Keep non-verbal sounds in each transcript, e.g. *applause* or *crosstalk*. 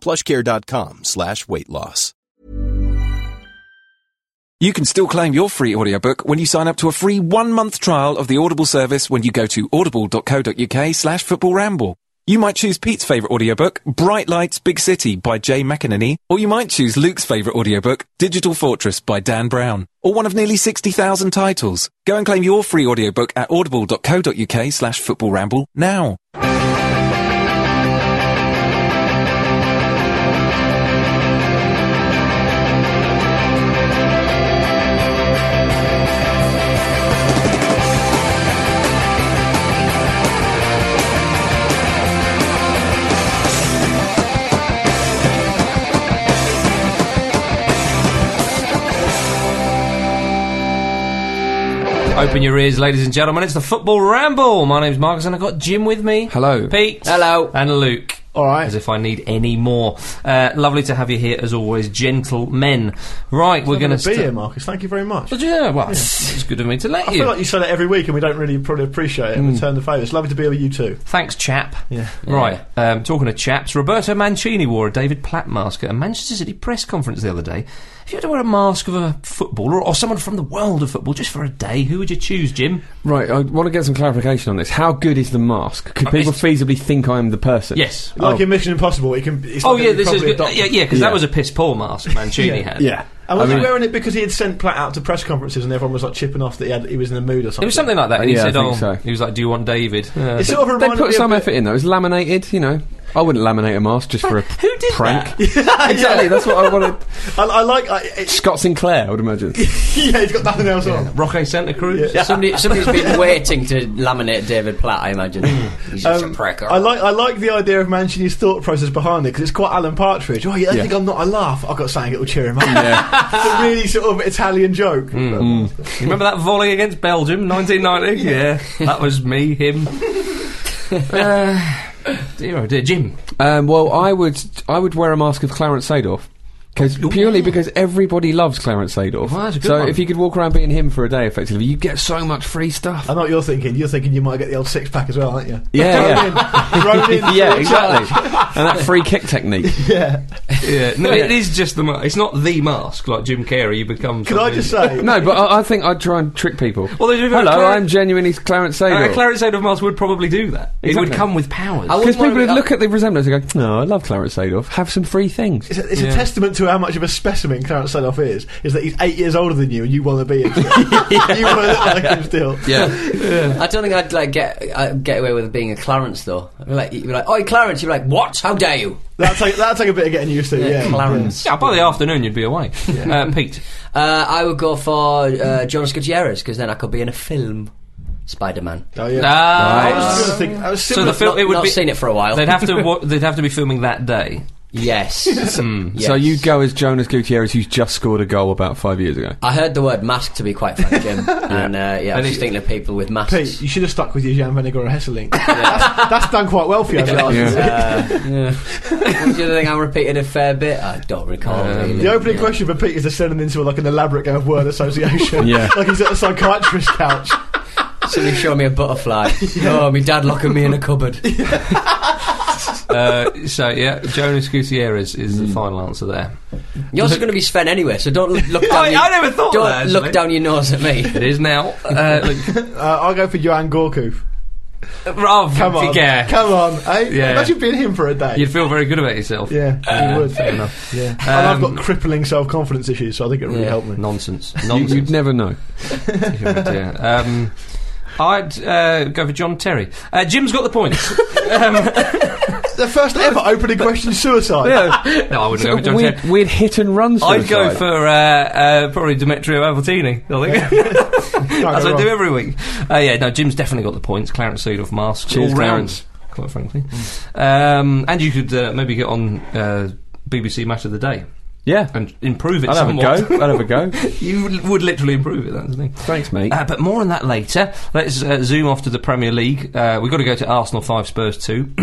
Plushcare.com slash weight loss. You can still claim your free audiobook when you sign up to a free one-month trial of the Audible service when you go to audible.co.uk slash footballramble. You might choose Pete's favourite audiobook, Bright Lights Big City by Jay McInerney, or you might choose Luke's favourite audiobook, Digital Fortress by Dan Brown, or one of nearly 60,000 titles. Go and claim your free audiobook at audible.co.uk slash footballramble now. Open your ears, ladies and gentlemen. It's the Football Ramble. My name's Marcus, and I've got Jim with me. Hello. Pete. Hello. And Luke. All right. As if I need any more. Uh, lovely to have you here, as always, gentlemen. Right, we're We're going to to be here, Marcus. Thank you very much. But yeah, well, it's it's good of me to let I you. feel like you say that every week, and we don't really probably appreciate it. and Return the favour. It's lovely to be with you too. Thanks, chap. Yeah. Right. Um, talking to chaps, Roberto Mancini wore a David Platt mask at a Manchester City press conference the other day. If you had to wear a mask of a footballer or, or someone from the world of football just for a day, who would you choose, Jim? Right, I want to get some clarification on this. How good is the mask? Could Uh, people it's- feasibly think I'm the person? Oh. Yes. Like in Mission Impossible, it can. It's Oh not gonna yeah, be this is properly good. adopted. Yeah, yeah, because Yeah. that was a piss poor mask *laughs* Mancini Yeah. had. Yeah. And was I mean- he wearing it because he had sent Platt out to press conferences, and everyone was like chipping off that he, had, he was in the mood or something? It was something like that. And he Yeah, I said, think "Oh, so. he was like, do you want David?" Uh, It sort of They reminded put me some a effort bit, in though. It's laminated, you know. I wouldn't laminate a mask just for a p- who did prank. *laughs* Yeah, exactly, that's what I *laughs* wanted. I, I like. I, it, *laughs* Scott Sinclair, I would imagine. yeah, he's got nothing else on. Roque Santa Cruz. Somebody, somebody's been *laughs* waiting to laminate David Platt, I imagine. He's such a prick. Hmm. Um, I like I like the idea of Mancini's thought process behind it because it's quite Alan Partridge. Oh, yeah, I Yeah. think I'm not a laugh. I've got something that will cheer him up. it's a really sort of Italian joke. You remember that volley against *laughs* Belgium, 1990? yeah, that was me, *laughs* him. uh, dear, oh dear, Jim. Um, well, I would, I would wear a mask of Clarence Sadorf. 'Cause- purely because everybody loves Clarence Sadorf. Well, that's a good so one. if you could walk around being him for a day, effectively, you get so much *laughs* free stuff. I know what you're thinking. You're thinking you might get the old six pack as well, *laughs* aren't you? Yeah, Thrown in, thrown in. *laughs* *laughs* yeah, exactly. and that free kick technique. Yeah, no, it is just the. Mask. It's not the mask like Jim Carrey. You become. Can I just say? No, but I, I think I'd try and trick people. Well, there's a bit of Hello, Clarence- I'm genuinely Clarence And a Sadorf. Uh, Clarence Adolf mask would probably do that. It would Exactly. come with powers. I Because wouldn't people wanna would be- look at the resemblance and go, no, I love Clarence Sadorf. Have some free things. It's, a, it's a testament to how much of a specimen Clarence Sedoff is. Is that he's eight years older than you, and you want to *laughs* be him. *laughs* you want to look like him still. Yeah. I don't think I'd like get uh, get away with being a Clarence though. I'd be like, you'd be like, "Oi, Clarence!" You'd be like, "What? How dare you?" That'll take, that'll take a bit of getting used to. Yeah, Clarence. yeah, by the afternoon you'd be away. Uh, Pete. Uh, I would go for uh, Jonas Gutierrez because then I could be in a film, Spider Man. Oh, yeah. I was Ah, just gonna think. I *laughs* was so the similar. film. It would not be. seen it for a while. They'd have *laughs* to. Wa- they'd have to be filming that day. yes. yes. So you'd go as Jonas Gutierrez, who's just scored a goal about five years ago. I heard the word mask to be quite frank, Jim, and uh, yeah, And I was it- just thinking of people with masks. Pete, you should have stuck with your Jan Vinegar or Hesselink. *laughs* that's, that's done quite well for you. hasn't it? Yeah. Uh, What do you think I'm repeating a fair bit? I don't recall. *laughs* really. The opening Yeah. question for Pete is to send him into like an elaborate game of word association. Yeah. *laughs* like he's at a psychiatrist's couch. *laughs* Somebody show me *laughs* a butterfly. Oh, my dad locking me in a cupboard. Uh, so yeah, Jonas Gutierrez is the final answer there. Yours is going to be Sven anyway, so don't look *laughs* look down. Oh, I- your, I never thought Don't that, actually. look down your nose at *laughs* me. It is now. Uh, look, Uh, I'll go for Johan Gorkuf. *laughs* oh, Come on, yeah. come on. Eh? Yeah. Imagine being him for a day. You'd feel very good about yourself. yeah, you would. Fair enough. Yeah, and I've Um, got crippling self-confidence issues, so I think it really Yeah. helped me. *laughs* Nonsense. You, Nonsense. you'd *laughs* never know. Yeah. Um, I'd uh, go for John Terry. Uh, Jim's got the *laughs* points. um, The first ever opening question suicide. *laughs* no, I wouldn't go for John weird, Terry. weird hit and run I'd go suicide. for uh, uh, probably Demetrio Albertini. I think. Can't As go I do wrong. every week. Uh, yeah, no, Jim's definitely got the points. Clarence Seed of masks Cheers, all round, Mm. Clarence. quite frankly. Um, and you could uh, maybe get on uh, BBC Match of the Day. Yeah. and improve it I'll have a somewhat. go. I'll have a go. you would- would literally improve it, that's the thing. *laughs* Thanks, mate. Uh, but more on that later. Let's uh, zoom off to the Premier League. Uh, we've got to go to Arsenal 5 Spurs 2. *clears throat*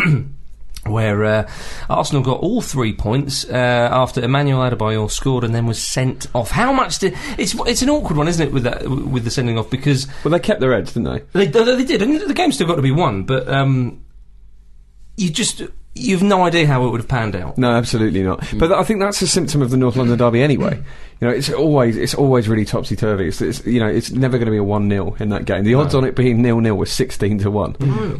Where uh, Arsenal got all three points uh, after Emmanuel Adebayor scored and then was sent off. How much did it's it's an awkward one, isn't it, with that with the sending off because well, they kept their edge, didn't they? they they they did and the game's still got to be won, but um, you just you've no idea how it would have panned out. No, absolutely not. But I think that's a symptom of the North London derby anyway. You know, it's always it's always really topsy turvy. It's, it's you know it's never going to be a one 0 in that game. The odds on it being nil nil was sixteen to one,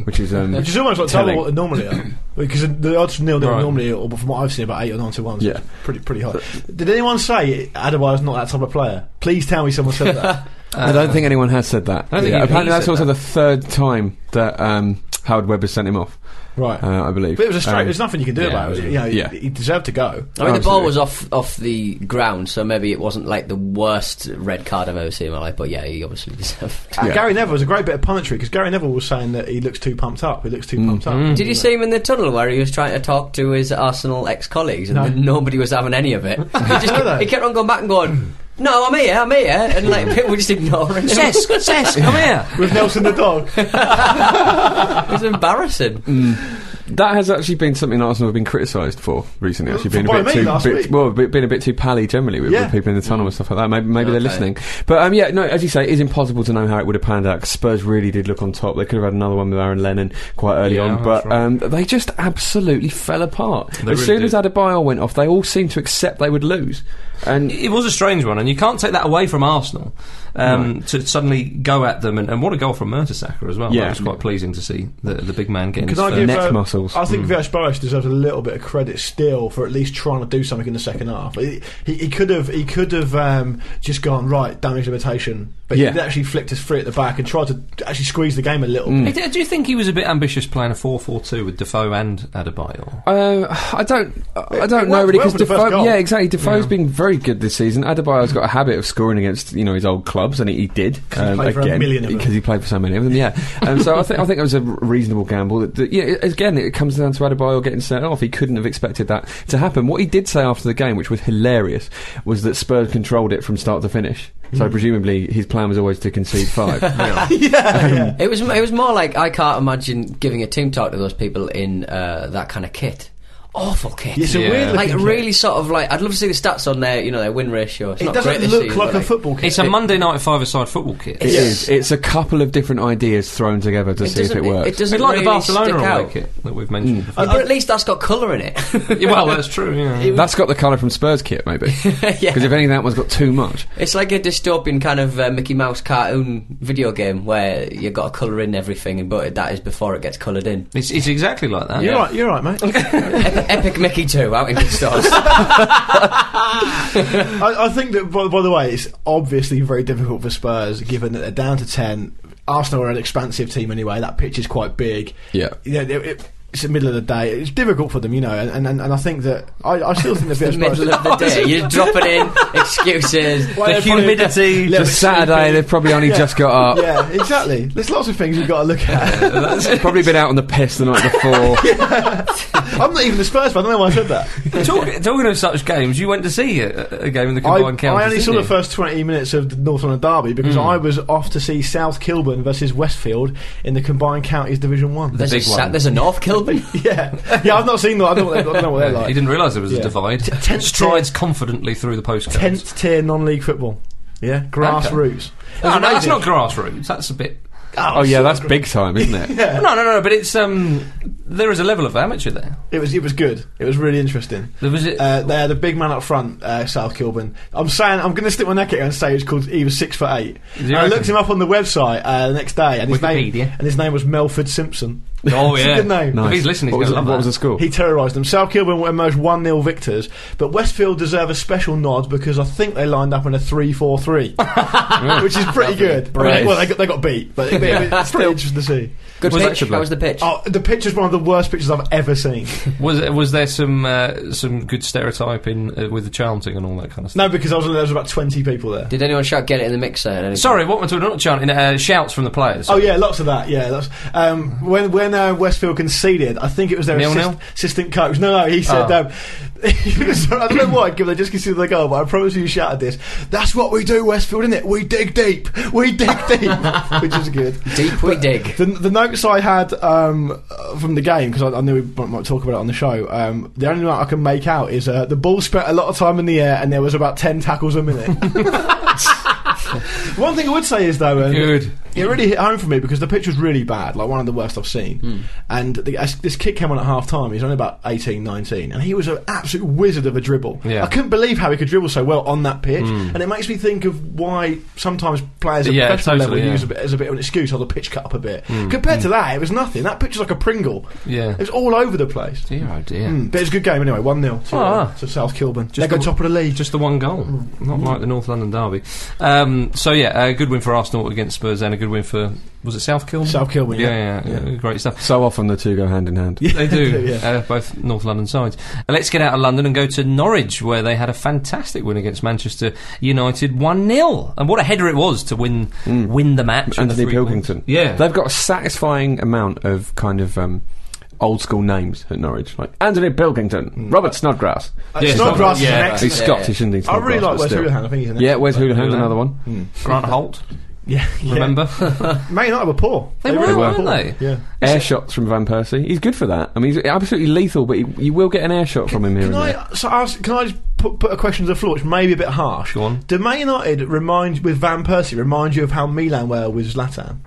which is um, Which is almost like Telling. double what they normally are. Because the odds nil nil Right. normally, or from what I've seen, about 8 or 9 to 1. So Yeah. it's Pretty, pretty high. Did anyone say Adebayo's not that type of player? Please tell me someone said that. I don't think anyone has said that. I don't think even apparently, he that's said also that. the third time that um, Howard Webb has sent him off. right. Uh, I believe. but it was a straight, Um, there's nothing you can do yeah, about it. You know, yeah. He deserved to go. Oh, I mean, the ball Absolutely. was off off the ground, so maybe it wasn't like the worst red card I've ever seen in my life. But yeah, he obviously deserved. And Yeah. Gary Neville was a great bit of punditry because Gary Neville was saying that he looks too pumped up. He looks too pumped up. Did you see him in the tunnel where he was trying to talk to his Arsenal ex-colleagues and No. nobody was having any *laughs* of it? He, just No, no. kept, he kept on going back and going, "No, I'm here, I'm here," and like *laughs* people were just ignoring him. *laughs* Cesc, Cesc, come here. With Nelson the dog. It was embarrassing. That has actually been something Arsenal have been criticised for recently. Actually, For being by a bit me too, last bit- week. well, be- being a bit too pally generally with, Yeah. with people in the tunnel and stuff like that. Maybe, maybe they're Okay. listening, but um, yeah, no. As you say, it is impossible to know how it would have panned out. 'cause Spurs really did look on top. They could have had another one with Aaron Lennon quite early Yeah, on, that's but right. um, they just absolutely fell apart. They as really soon did. as Adebayo went off, they all seemed to accept they would lose, and it was a strange one, and you can't take that away from Arsenal um, to suddenly go at them. And, and what a goal from Mertesacker as well! Yeah. That was quite pleasing to see the, the big man getting. Can His I first- give, neck uh, muscles. I Hmm. think Villas Boas deserves a little bit of credit still for at least trying to do something in the second half. He, he, he could have he could have um, just gone right damage limitation, but Yeah. he actually flicked his free at the back and tried to actually squeeze the game a little. I bit. do- I do think he was a bit ambitious playing a 4-4-2 with Defoe and Adebayor. Uh, I don't, I It don't know worked really well because for the first Defoe. goal. Yeah, exactly. Defoe's been very good this season. Adebayo's got a habit of scoring against you know his old clubs, and he, he did um, he played for a million of them. because he played for so many of them. Yeah, and so I think I think it was a reasonable gamble. That, that yeah, it- again, it comes down to Adebayo getting sent off. He couldn't have expected that to happen. What he did say after the game, which was hilarious, was that Spurs controlled it from start to finish. So presumably his plan was always to concede five. Mm. *laughs* yeah, yeah. It was it was more like I can't imagine giving a team talk to those people in uh, that kind of kit. Awful kit. It's a Yeah. weird like looking kid. really sort of like I'd love to see the stats on their you know their win ratio. It's It not doesn't great this look season, like but, a football kit. It's a Monday night five-a-side football kit. It is. Yes. It's a couple of different ideas thrown together to see if doesn't- it works. It, doesn't It's like really the stick Barcelona away out. kit that we've mentioned. Yeah, but at least that's got colour in it. *laughs* Yeah, well, that's true. Yeah. That's got the colour from Spurs kit, maybe. *laughs* Because Yeah. if anything, that one's got too much. It's like a dystopian kind of uh, Mickey Mouse cartoon video game where you've got to colour in everything, but that is before it gets coloured in. *laughs* It's, it's exactly like that. You're right. You're right, mate. Ep- Epic Mickey 2 out in good stores. I, I think that, by, by the way, it's obviously very difficult for Spurs, given that they're down to 10. Arsenal are an expansive team anyway. That pitch is quite big. Yeah. You know, it- it- it's the middle of the day. It's difficult for them, you know, and, and, and- and I think that. I, I still think that *laughs* the Villas Boas. middle of the *laughs* day. You're dropping in excuses. The humidity. Yeah, Just but Saturday, sleepy. they've probably only just got up. yeah, exactly. There's lots of things you've got to look *laughs* at. Probably been out on the piss the night before. I'm not even the Spurs fan. I don't know why I said that. Talk, talking of such games, you went to see a, a game in the I, combined counties. I only saw didn't the first 20 minutes of the North London Derby because Hmm. I was off to see South Kilburn versus Westfield in the combined counties Division One. There's a, big sa- one. there's a North Kilburn. yeah, *laughs* yeah. I've not seen that. I don't, I don't know what you? they're Yeah, *laughs* like. He didn't realise there was a Yeah. divide. T- tenth Strides confidently through the postcodes. tenth tier non-league football. Yeah, grassroots. Oh, no, that's amazing. not grassroots. That's a bit oh, yeah, that's big time, isn't it? Uh, No, no, no, no, but it's um, there is a level of amateur there. It was. It was good. It was really interesting. There was it. Uh, they had a big man up front, uh, South Kilburn. I'm saying I'm going to stick my neck out and say he's called. He was six foot eight. Do you And I reckon? looked him up on the website uh, the next day, and his name Wikipedia. and his name was Melford Simpson. oh *laughs* It's a yeah, good name. If he's listening, what, he's going was, to love what that. was the score? He terrorised them. South Kilburn were emerged 1 0 victors, but Westfield deserve a special nod because I think they lined up in a 3 4 3, *laughs* which is pretty good. I mean, well, they got, they got beat, but it, it's pretty interesting to see. Good Was pitch. that- How was the pitch? Oh, the picture's one of the worst pictures I've ever seen. Was was there some uh, some good stereotyping uh, with the chanting and all that kind of stuff? No, because I was, there was about 20 people there. Did anyone shout get it in the mixer? at any Sorry, what we're talking not chanting? Uh, shouts from the players. Oh yeah, lots of that. Yeah, lots. Um, when when uh, Westfield conceded, I think it was their Nil-nil? assist, assistant coach. No, no, he said Oh. um, *laughs* So I don't know why, given they just conceded the goal, but I promise you shouted this. That's what we do, Westfield, isn't it? We dig deep. We dig deep. *laughs* Which is good. Deep *laughs* we dig. The, the notes I had um, uh, from the game, because I, I knew we might, might talk about it on the show, um, the only note I can make out is uh, the ball spent a lot of time in the air and there was about 10 tackles *laughs* a minute. One thing I would say is though, um, Good. it really hit home for me because the pitch was really bad, like one of the worst I've seen. Hmm. And the, as- this kid came on at half time, he was only about 18, 19, and he was an absolute wizard of a dribble. Yeah. Hmm. I couldn't believe how he could dribble so well on that pitch, and it makes me think of why sometimes players at Yeah, professional totally, level yeah. Hmm, use a bit as a bit of an excuse, oh, the pitch cut up a bit. Compared to that, it was nothing. That pitch was like a Pringle. Yeah. It was all over the place. Dear, oh dear. Mm, but it's a good game anyway, 1 0 to, Ah. to South Kilburn. Just They go the- top of the league. Just the one goal, Hmm. not like the North London derby. Um, so yeah, a good win for Arsenal against Spurs, and a good win for was it South Kilburn? South Kilburn, yeah, yeah. yeah, yeah, great *laughs* stuff. So often the two go hand in hand. They do Yeah. uh, both North London sides. Uh, let's get out of London and go to Norwich, where they had a fantastic win against Manchester United, one 0 And what a header it was to win win the match. and the three Anthony points. Pilkington. Yeah. They've got a satisfying amount of kind of um, old school names at Norwich, like Anthony Pilkington, Robert Snodgrass. Uh, Yeah, Snodgrass is an yeah. excellent- He's Yeah, Scottish, isn't he? I really like Snodgrass, but Wes still. Houlihan. I think he's an Yeah, where's Houlihan's Houlihan. another one? Grant Holt, Yeah, yeah. remember? Man United were poor. They were, were. weren't they? Yeah. Air shots from Van Persie. He's good for that. I mean, he's absolutely lethal, but he, you will get an air shot from him here Can and there. I, so ask, can I just put, put a question to the floor, which may be a bit harsh? Go on. Do Man United remind with Van Persie remind you of how Milan were with Zlatan?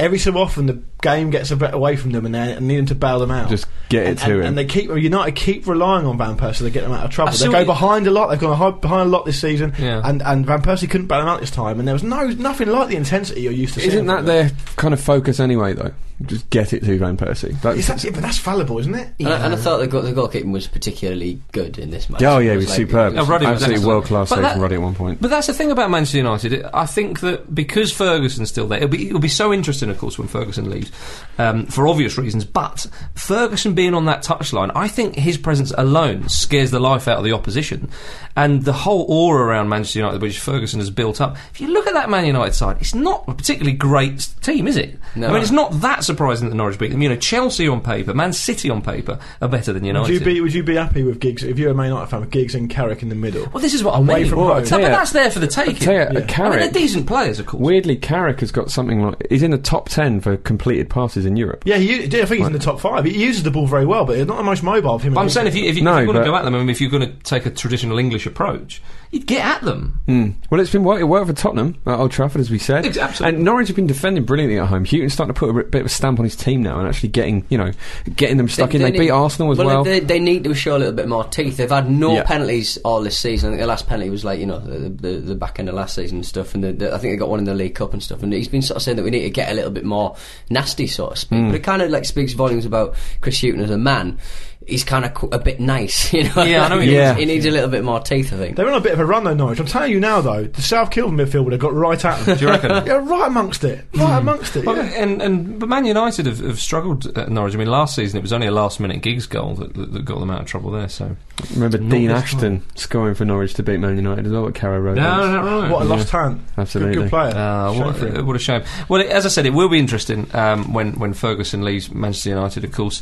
Every so often, the game gets a bit away from them, and they and need them to bail them out. Just get it and, to and, him. And they keep United keep relying on Van Persie to get them out of trouble. I They saw go you- behind a lot. They've gone hi- behind a lot this season, Yeah. and and Van Persie couldn't bail them out this time. And there was no nothing like the intensity you're used to. seeing Isn't that from their kind of focus anyway, though? Just get it to Van Persie. them. That's, Is that, yeah, but that's fallible, isn't it? And, I, and I thought the, goal, the goalkeeping was particularly good in this match. oh yeah, It he was superb. Oh, Roddy was absolutely excellent. world class But save that- from Roddy at one point. But that's the thing about Manchester United. It- I think that because Ferguson's still there, it'll be it'll be so interesting, of course, when Ferguson leaves, um, for obvious reasons. But Ferguson being on that touchline, I think his presence alone scares the life out of the opposition, and the whole aura around Manchester United, which Ferguson has built up. If you look at that Man United side, it's not a particularly great s- team, is it? No. I mean, it's not that surprising that Norwich beat them. You know, Chelsea on paper, Man City on paper are better than Would United. you be Would you be happy with gigs if you're a Man United fan with gigs and Carrick in the middle? well, this is what I Away mean. from No, home. but Tell you- that's there for the taking. Tell you, Yeah. a Carrick. I mean, they're decent players, of course. Weirdly, Carrick has got something like he's in the top ten for completed passes in Europe. Yeah, he, u- I think he's in the top five. He uses the ball very well, but he's not the most mobile of him. But I'm saying if you, if you, No, if you want to but- go at them, I mean, if you're going to take a traditional English approach, you'd get at them. Mm. Well, it's been wor- it worked for Tottenham at Old Trafford, as we said. Ex- absolutely. And Norwich have been defending brilliantly at home. Houghton's starting to put a r- bit of a stamp on his team now, and actually getting you know getting them stuck in. They, need- beat Arsenal as well. They, they need to show a little bit more teeth. They've had no Yeah. penalties all this season. I think the last penalty was like you know the, the, the back end of last season and stuff, and the, the- I think they got one in the League Cup and stuff. And he's been sort of saying that we need to get a little bit more nasty, so to speak. Hmm. But it kind of like speaks volumes about Chris Hughton as a man. He's kind of qu- a bit nice, *laughs* you know. Yeah, I know Like, he he, is. needs- he needs a little bit more teeth, I think. They're on a bit of a run though, Norwich. I'm telling you now though, the South Kilburn midfield would have got right at them. Do you reckon? *laughs* Hmm. yeah, right amongst it, right amongst it. Well, yeah. and, and but Man United have, have struggled at Norwich. I mean, last season it was only a last minute gigs goal that, that, that got them out of trouble there. So Remember Not Dean this Ashton scoring for Norwich to beat Man United as well at Carrow Road. once. no, What a lost hand. Good, Absolutely. good player. Uh, Shame what, for him. uh, what a shame. Well, it- as I said, it will be interesting um, when when Ferguson leaves Manchester United, of course.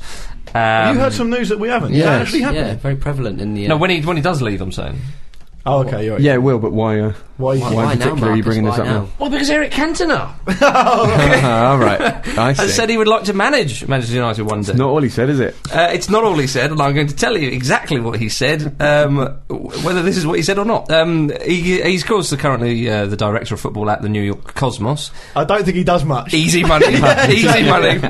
Um, Have you heard some news that we haven't? Is that actually happening? yeah, very prevalent in the. Uh, No, when he when he does leave, I'm saying. Oh, okay. You're right. Yeah, it will, but why? Uh, Why? why, why why now, particularly are you Marcus? bringing this up Why now? Well, because Eric Cantona all *laughs* right, I see. has said he would like to manage Manchester United one day. Not all he said, is it? Uh, it's not all he said, and I'm going to tell you exactly what he said, um, w- whether this is what he said or not. Um, he, he's, of course, the, currently uh, the director of football at the New York Cosmos. I don't think he does *laughs* much. Easy money, easy money. *laughs*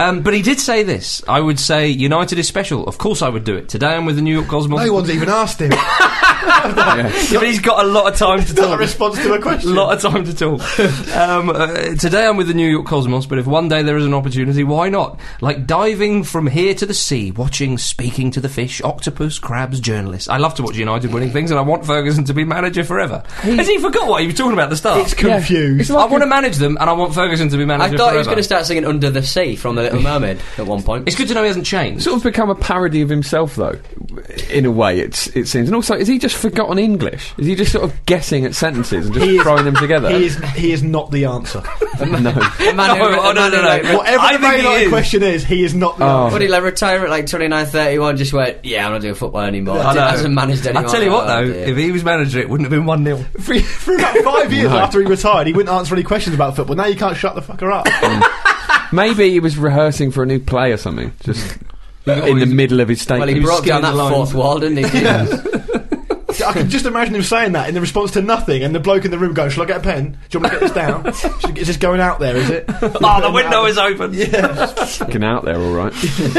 um, but he did say this. I would say United is special. Of course, I would do it today. I'm with the New York Cosmos. *laughs* no one's even asked him. Yeah, but he's got a lot of time to It's not a talk. response to a A question. lot of time to talk. Um, uh, today I'm with the New York Cosmos, but if one day there is an opportunity, why not? Like diving from here to the sea, watching, speaking to the fish, octopus, crabs, journalists. I love to watch United winning things, and I want Ferguson to be manager forever. Has he forgot what he was talking about at the start? it's confused. I want to manage them, and I want Ferguson to be I manager thought he was forever. going to start singing "Under the Sea" from The Little Mermaid at one point. it's good to know he hasn't changed. Sort of become a parody of himself, though, in a way. It's it seems, and also, is he just just forgotten English? Is he just sort of guessing at sentences and just He is- throwing them together? He is, he is not the answer. no, oh, no, no, no. Whatever I the think he main line is. question is, he is not the Oh. answer. But he like retire at like 29, 31, just went, yeah, I'm not doing football anymore. I I know. hasn't managed anyone. I tell you what Oh, though, dear. if he was manager, it wouldn't have been one 0 For, for about five years after he retired, he wouldn't answer any questions about football. Now you can't shut the fucker up. Maybe he was rehearsing for a new play or something. Just in the middle of his well, statement. he was broke down that skinning the lines. fourth *laughs* wall, didn't he? I can just imagine him saying that in the response to nothing, and the bloke in the room going, "Shall I get a pen? Do you want me to get this down? Should- Is this going out there? *laughs* Is it? Oh, the *laughs* window is open. Fucking out there, all right.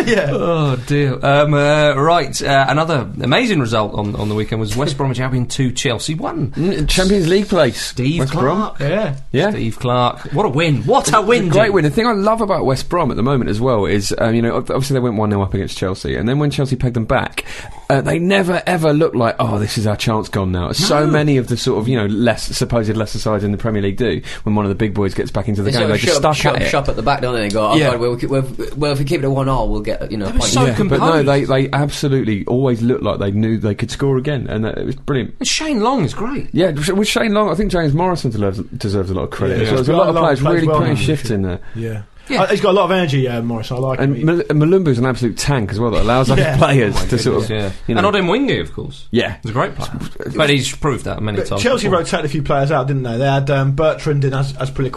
yeah." Oh dear. Um, uh, right, uh, another amazing result on, on the weekend was West Bromwich Albion two, Chelsea one. Mm, Champions League place. Steve West Brom. Clark, Yeah. Yeah. Steve Clark. What a win! What a win! Great Jim. win. The thing I love about West Brom at the moment as well is, um, you know, ob- obviously they went 1 0 up against Chelsea, and then when Chelsea pegged them back, uh, they never ever looked like, oh, this is our chance gone now. So many of the sort of, you know, less supposed lesser sides in the Premier League do when one of the big boys gets back into the They game, sort they're of just stuck shut up, shut at up it. shop at the back, don't they? They go, oh, Yeah. God, we'll, keep- we'll, well, if we keep it at one all, we'll get, you know, a They were point. so Yeah, but no, composed. they, they absolutely always looked like they knew they could score again, and that, it was brilliant. Shane Long is great. Yeah, with Shane Long, I think James Morrison deserves, deserves a lot of credit. Yeah. as well. There's a Yeah. lot of Long players plays really well putting now, shifts in there. Yeah. Yeah. Uh, he's got a lot of energy, uh, Morris. I like And him. Mal- Malumbu's an absolute tank as well that allows other Yeah. players to sort of. Yeah. you know- And Odin Wingy, of course. Yeah. He's a great player. But he's proved that many But times. Chelsea before. rotated a few players out, didn't they? They had um, Bertrand and as, as playing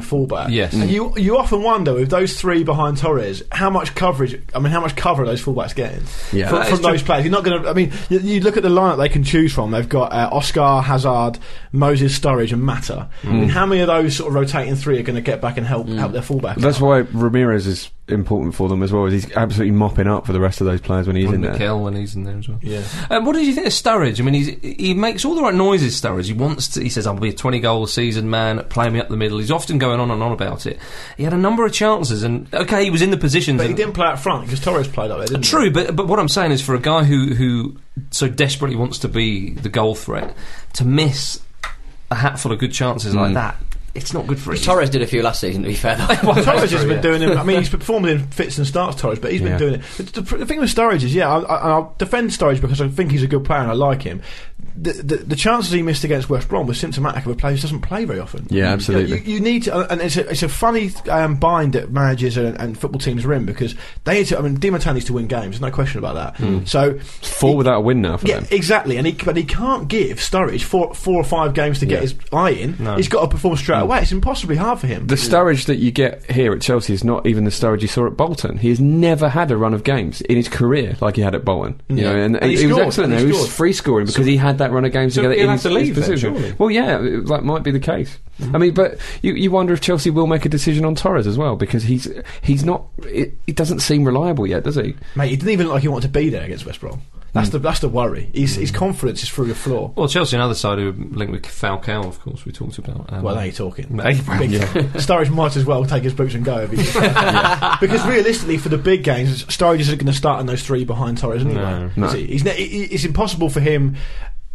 fullback. Yes. Mm. And you you often wonder with those three behind Torres, how much coverage? I mean, how much cover are those fullbacks getting? Yeah. From, That from is true. those players, you're not going to. I mean, you, you look at the lineup they can choose from. They've got uh, Oscar, Hazard, Moses, Sturridge, and Mata. I Mm. mean, how many of those sort of rotating three are going to get back and help help their fullback? That's out? why Ramirez is important for them as well. Is he's absolutely mopping up for the rest of those players when he's And in there. Mikel when he's in there as well. Yeah. Um, what did you think of Sturridge? I mean, he's, he makes all the right noises. Sturridge. He wants. To, he says, "I'll be a twenty-goal season man. Play me up the middle." He's often going on and on about it. He had a number of chances, and okay, he was in the positions. But he and- didn't play out front because Torres played up there, didn't True, but but what I'm saying is for a guy who who so desperately wants to be the goal threat to miss a hatful of good chances like Mm. that, it's not good for him. Torres did a few last season, to be *laughs* fair, though. Oh, *laughs* he? Torres That's has true, been yeah. doing it. I *laughs* mean, he's performed in fits and starts, Torres, but he's Yeah. been doing it. The, the, the thing with Sturridge is, yeah, I, I, I'll defend Sturridge because I think he's a good player and I like him. The, the, the chances he missed against West Brom were symptomatic of a player who doesn't play very often. Yeah, absolutely. You, you need to, and it's a, it's a funny um, bind that managers and, and football teams are in because they need to. I mean, Di Matteo needs to win games, no question about that. So Four without a win now Hmm. for Yeah, them. exactly. And he, but he can't give Sturridge four, four or five games to get Yeah. Hmm. his eye in. No. He's got to perform straight away. It's impossibly hard for him. The Sturridge that you get here at Chelsea is not even the Sturridge you saw at Bolton. He has never had a run of games in his career like he had at Bolton. You Yeah. know, and, And he he, was scored, excellent. and he there. He was scored. free scoring because he had that run of games so together. he'll in have to his leave then, position. surely. Well, yeah, it- that might be the case. I mean, but you, you wonder if Chelsea will make a decision on Torres as well because he's he's not. It, he doesn't seem reliable yet, does he? Mate, he didn't even look like he wanted to be there against West Brom. That's Hmm. the that's the worry. His, his confidence is through the floor. Well, Chelsea, another side who are linked with Falcao, of course, we talked about. Um, Well, now you're talking. Hey, well, Big *laughs* time. Sturridge might as well take his boots and go if he *laughs* because realistically for the big games, Sturridge isn't going to start in those three behind Torres anyway. No. Is he? He's ne- he- it's impossible for him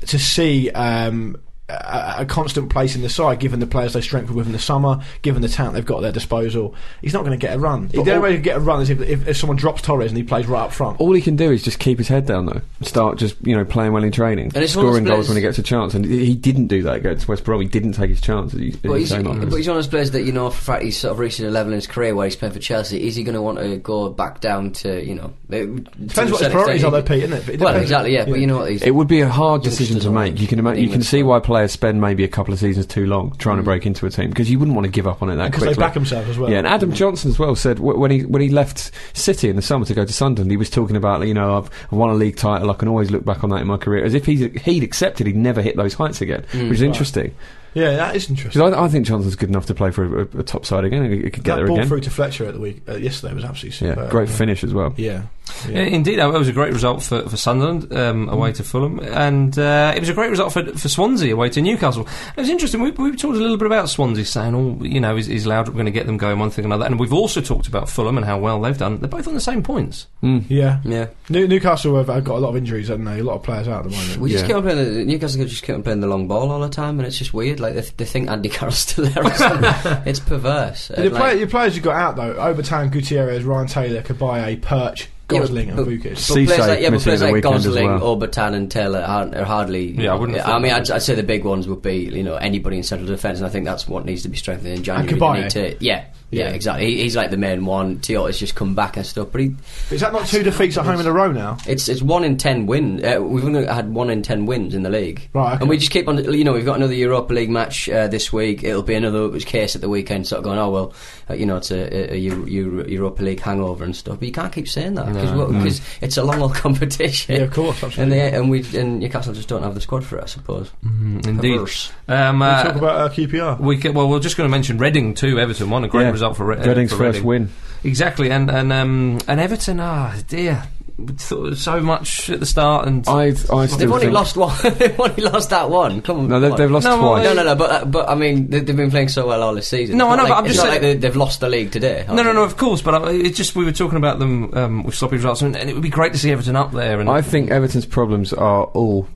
to see. Um, a, a constant place in the side, given the players they strengthened with in the summer, given the talent they've got at their disposal, he's not going to get a run. The only way to get a run is if, if, if someone drops Torres and he plays right up front. All he can do is just keep his head down, though. Start just you know playing well in training, And it's one of scoring those goals players- when he gets a chance. And he he didn't do that against West Brom. He didn't take his chance. as you- as But you he's, say, Marcus. but he's one of those players that you know for a fact he's sort of reached a level in his career where he's playing for Chelsea. Is he going to want to go back down to you know? Depends Depends what his priorities are, though, Pete, isn't it? But it Well, depends- exactly, yeah, But you know what? He's, It would be a hard Youngsters decision to aren't make. You can imagine, you can England's see not. why players spend maybe a couple of seasons too long trying Mm. to break into a team because you wouldn't want to give up on it that because they quickly. back themselves as well. yeah, and Mm. Adam Johnson as well said w- when he when he left City in the summer to go to Sunderland, he was talking about you know I've I've won a league title, I can always look back on that in my career, as if he's, he'd accepted he'd never hit those heights again, Mm. which is interesting yeah, that is interesting. because I, I think Johnson's good enough to play for a, a, a top side again. He, he could get that there ball again. through to Fletcher at the week uh, yesterday was absolutely yeah, superb. great finish as well. Yeah, Yeah, indeed, that was a great result for, for Sunderland um, away to Fulham, and uh, it was a great result for, for Swansea away to Newcastle. It was interesting. We, we talked a little bit about Swansea, saying, "Oh, you know, is, is Loudrup going to get them going?" One thing or another, and we've also talked about Fulham and how well they've done. They're both on the same points. yeah. yeah. New- Newcastle have, have got a lot of injuries, haven't they? A lot of players out at the moment. We just Yeah. keep on playing. The, Newcastle just keep on playing the long ball all the time, and it's just weird. Like they, they think Andy Carroll's *laughs* still there. Or *laughs* something. it's perverse. Your, And, like, play, your players you got out though: Obertan, Gutierrez, Ryan Taylor, Kabaye, Perch, Gosling but- and Vukic. But players Cisse like, yeah, but missing players at the like weekend as Gosling, well. Obertan, and Taylor aren't- are hardly. Yeah, I wouldn't have I mean, thought- I'd, I'd say the big ones would be you know anybody in central defence, and I think that's what needs to be strengthened in January. They Cabaye. need to- yeah, yeah, Yeah. exactly. He, he's like the main one. Teoti's just come back and stuff, but he, Is that not two defeats at home in a row now? it's it's one in ten win. Uh, we've only had one in ten wins in the league, Right, okay. And we just keep on. You know, we've got another Europa League match uh, this week. It'll be another case at the weekend, sort of going, oh well, uh, you know, it's a, a, a Eu- Eu- Europa League hangover and stuff. But you can't keep saying that because it's a long old *laughs* competition. Yeah, of course, And absolutely. they and we and Newcastle just don't have the squad for it, I suppose. Indeed. Perverse. Um, Can uh, we talk about uh, QPR. we can, well, we're just going to mention Reading too. Everton won a great Yeah. result for, Re- uh, Reading's for first Reading. win. Exactly, and and um, and Everton. Ah, dear, We thought so much at the start, and I, I still They've only think- lost one. *laughs* they've only lost that one. Come on, No, they've, come they've on. lost No, well, twice. No, no, no, but uh, but I mean, they, they've been playing so well all this season. No, It's I know, not but like- I'm just it's not saying- like they, they've lost the league today. have No, no, they? no. Of course, but I, it's just we were talking about them um, with sloppy results, and, and it would be great to see Everton up there. And I think Everton's problems are all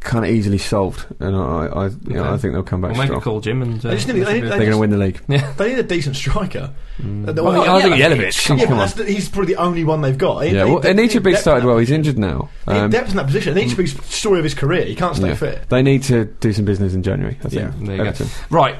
kind of easily solved, and I, I, you know, Okay. I think they'll come back we'll make a strong. call, Jim, and uh, They just need- they They're need- going to win the league. They need a decent striker. Mm. Uh, the- Well, Oh, well, I think yeah, Yelovich, come yeah, but on. that's the- he's probably the only one they've got. He- Yeah, they- well, they- they Anita need Big depth started in well. that- He's injured now. they need Um, Mm. depth in that position. It needs to be story of his career. He can't stay yeah. fit. They need to do some business in January. I think. Yeah, there you go. Everton. right,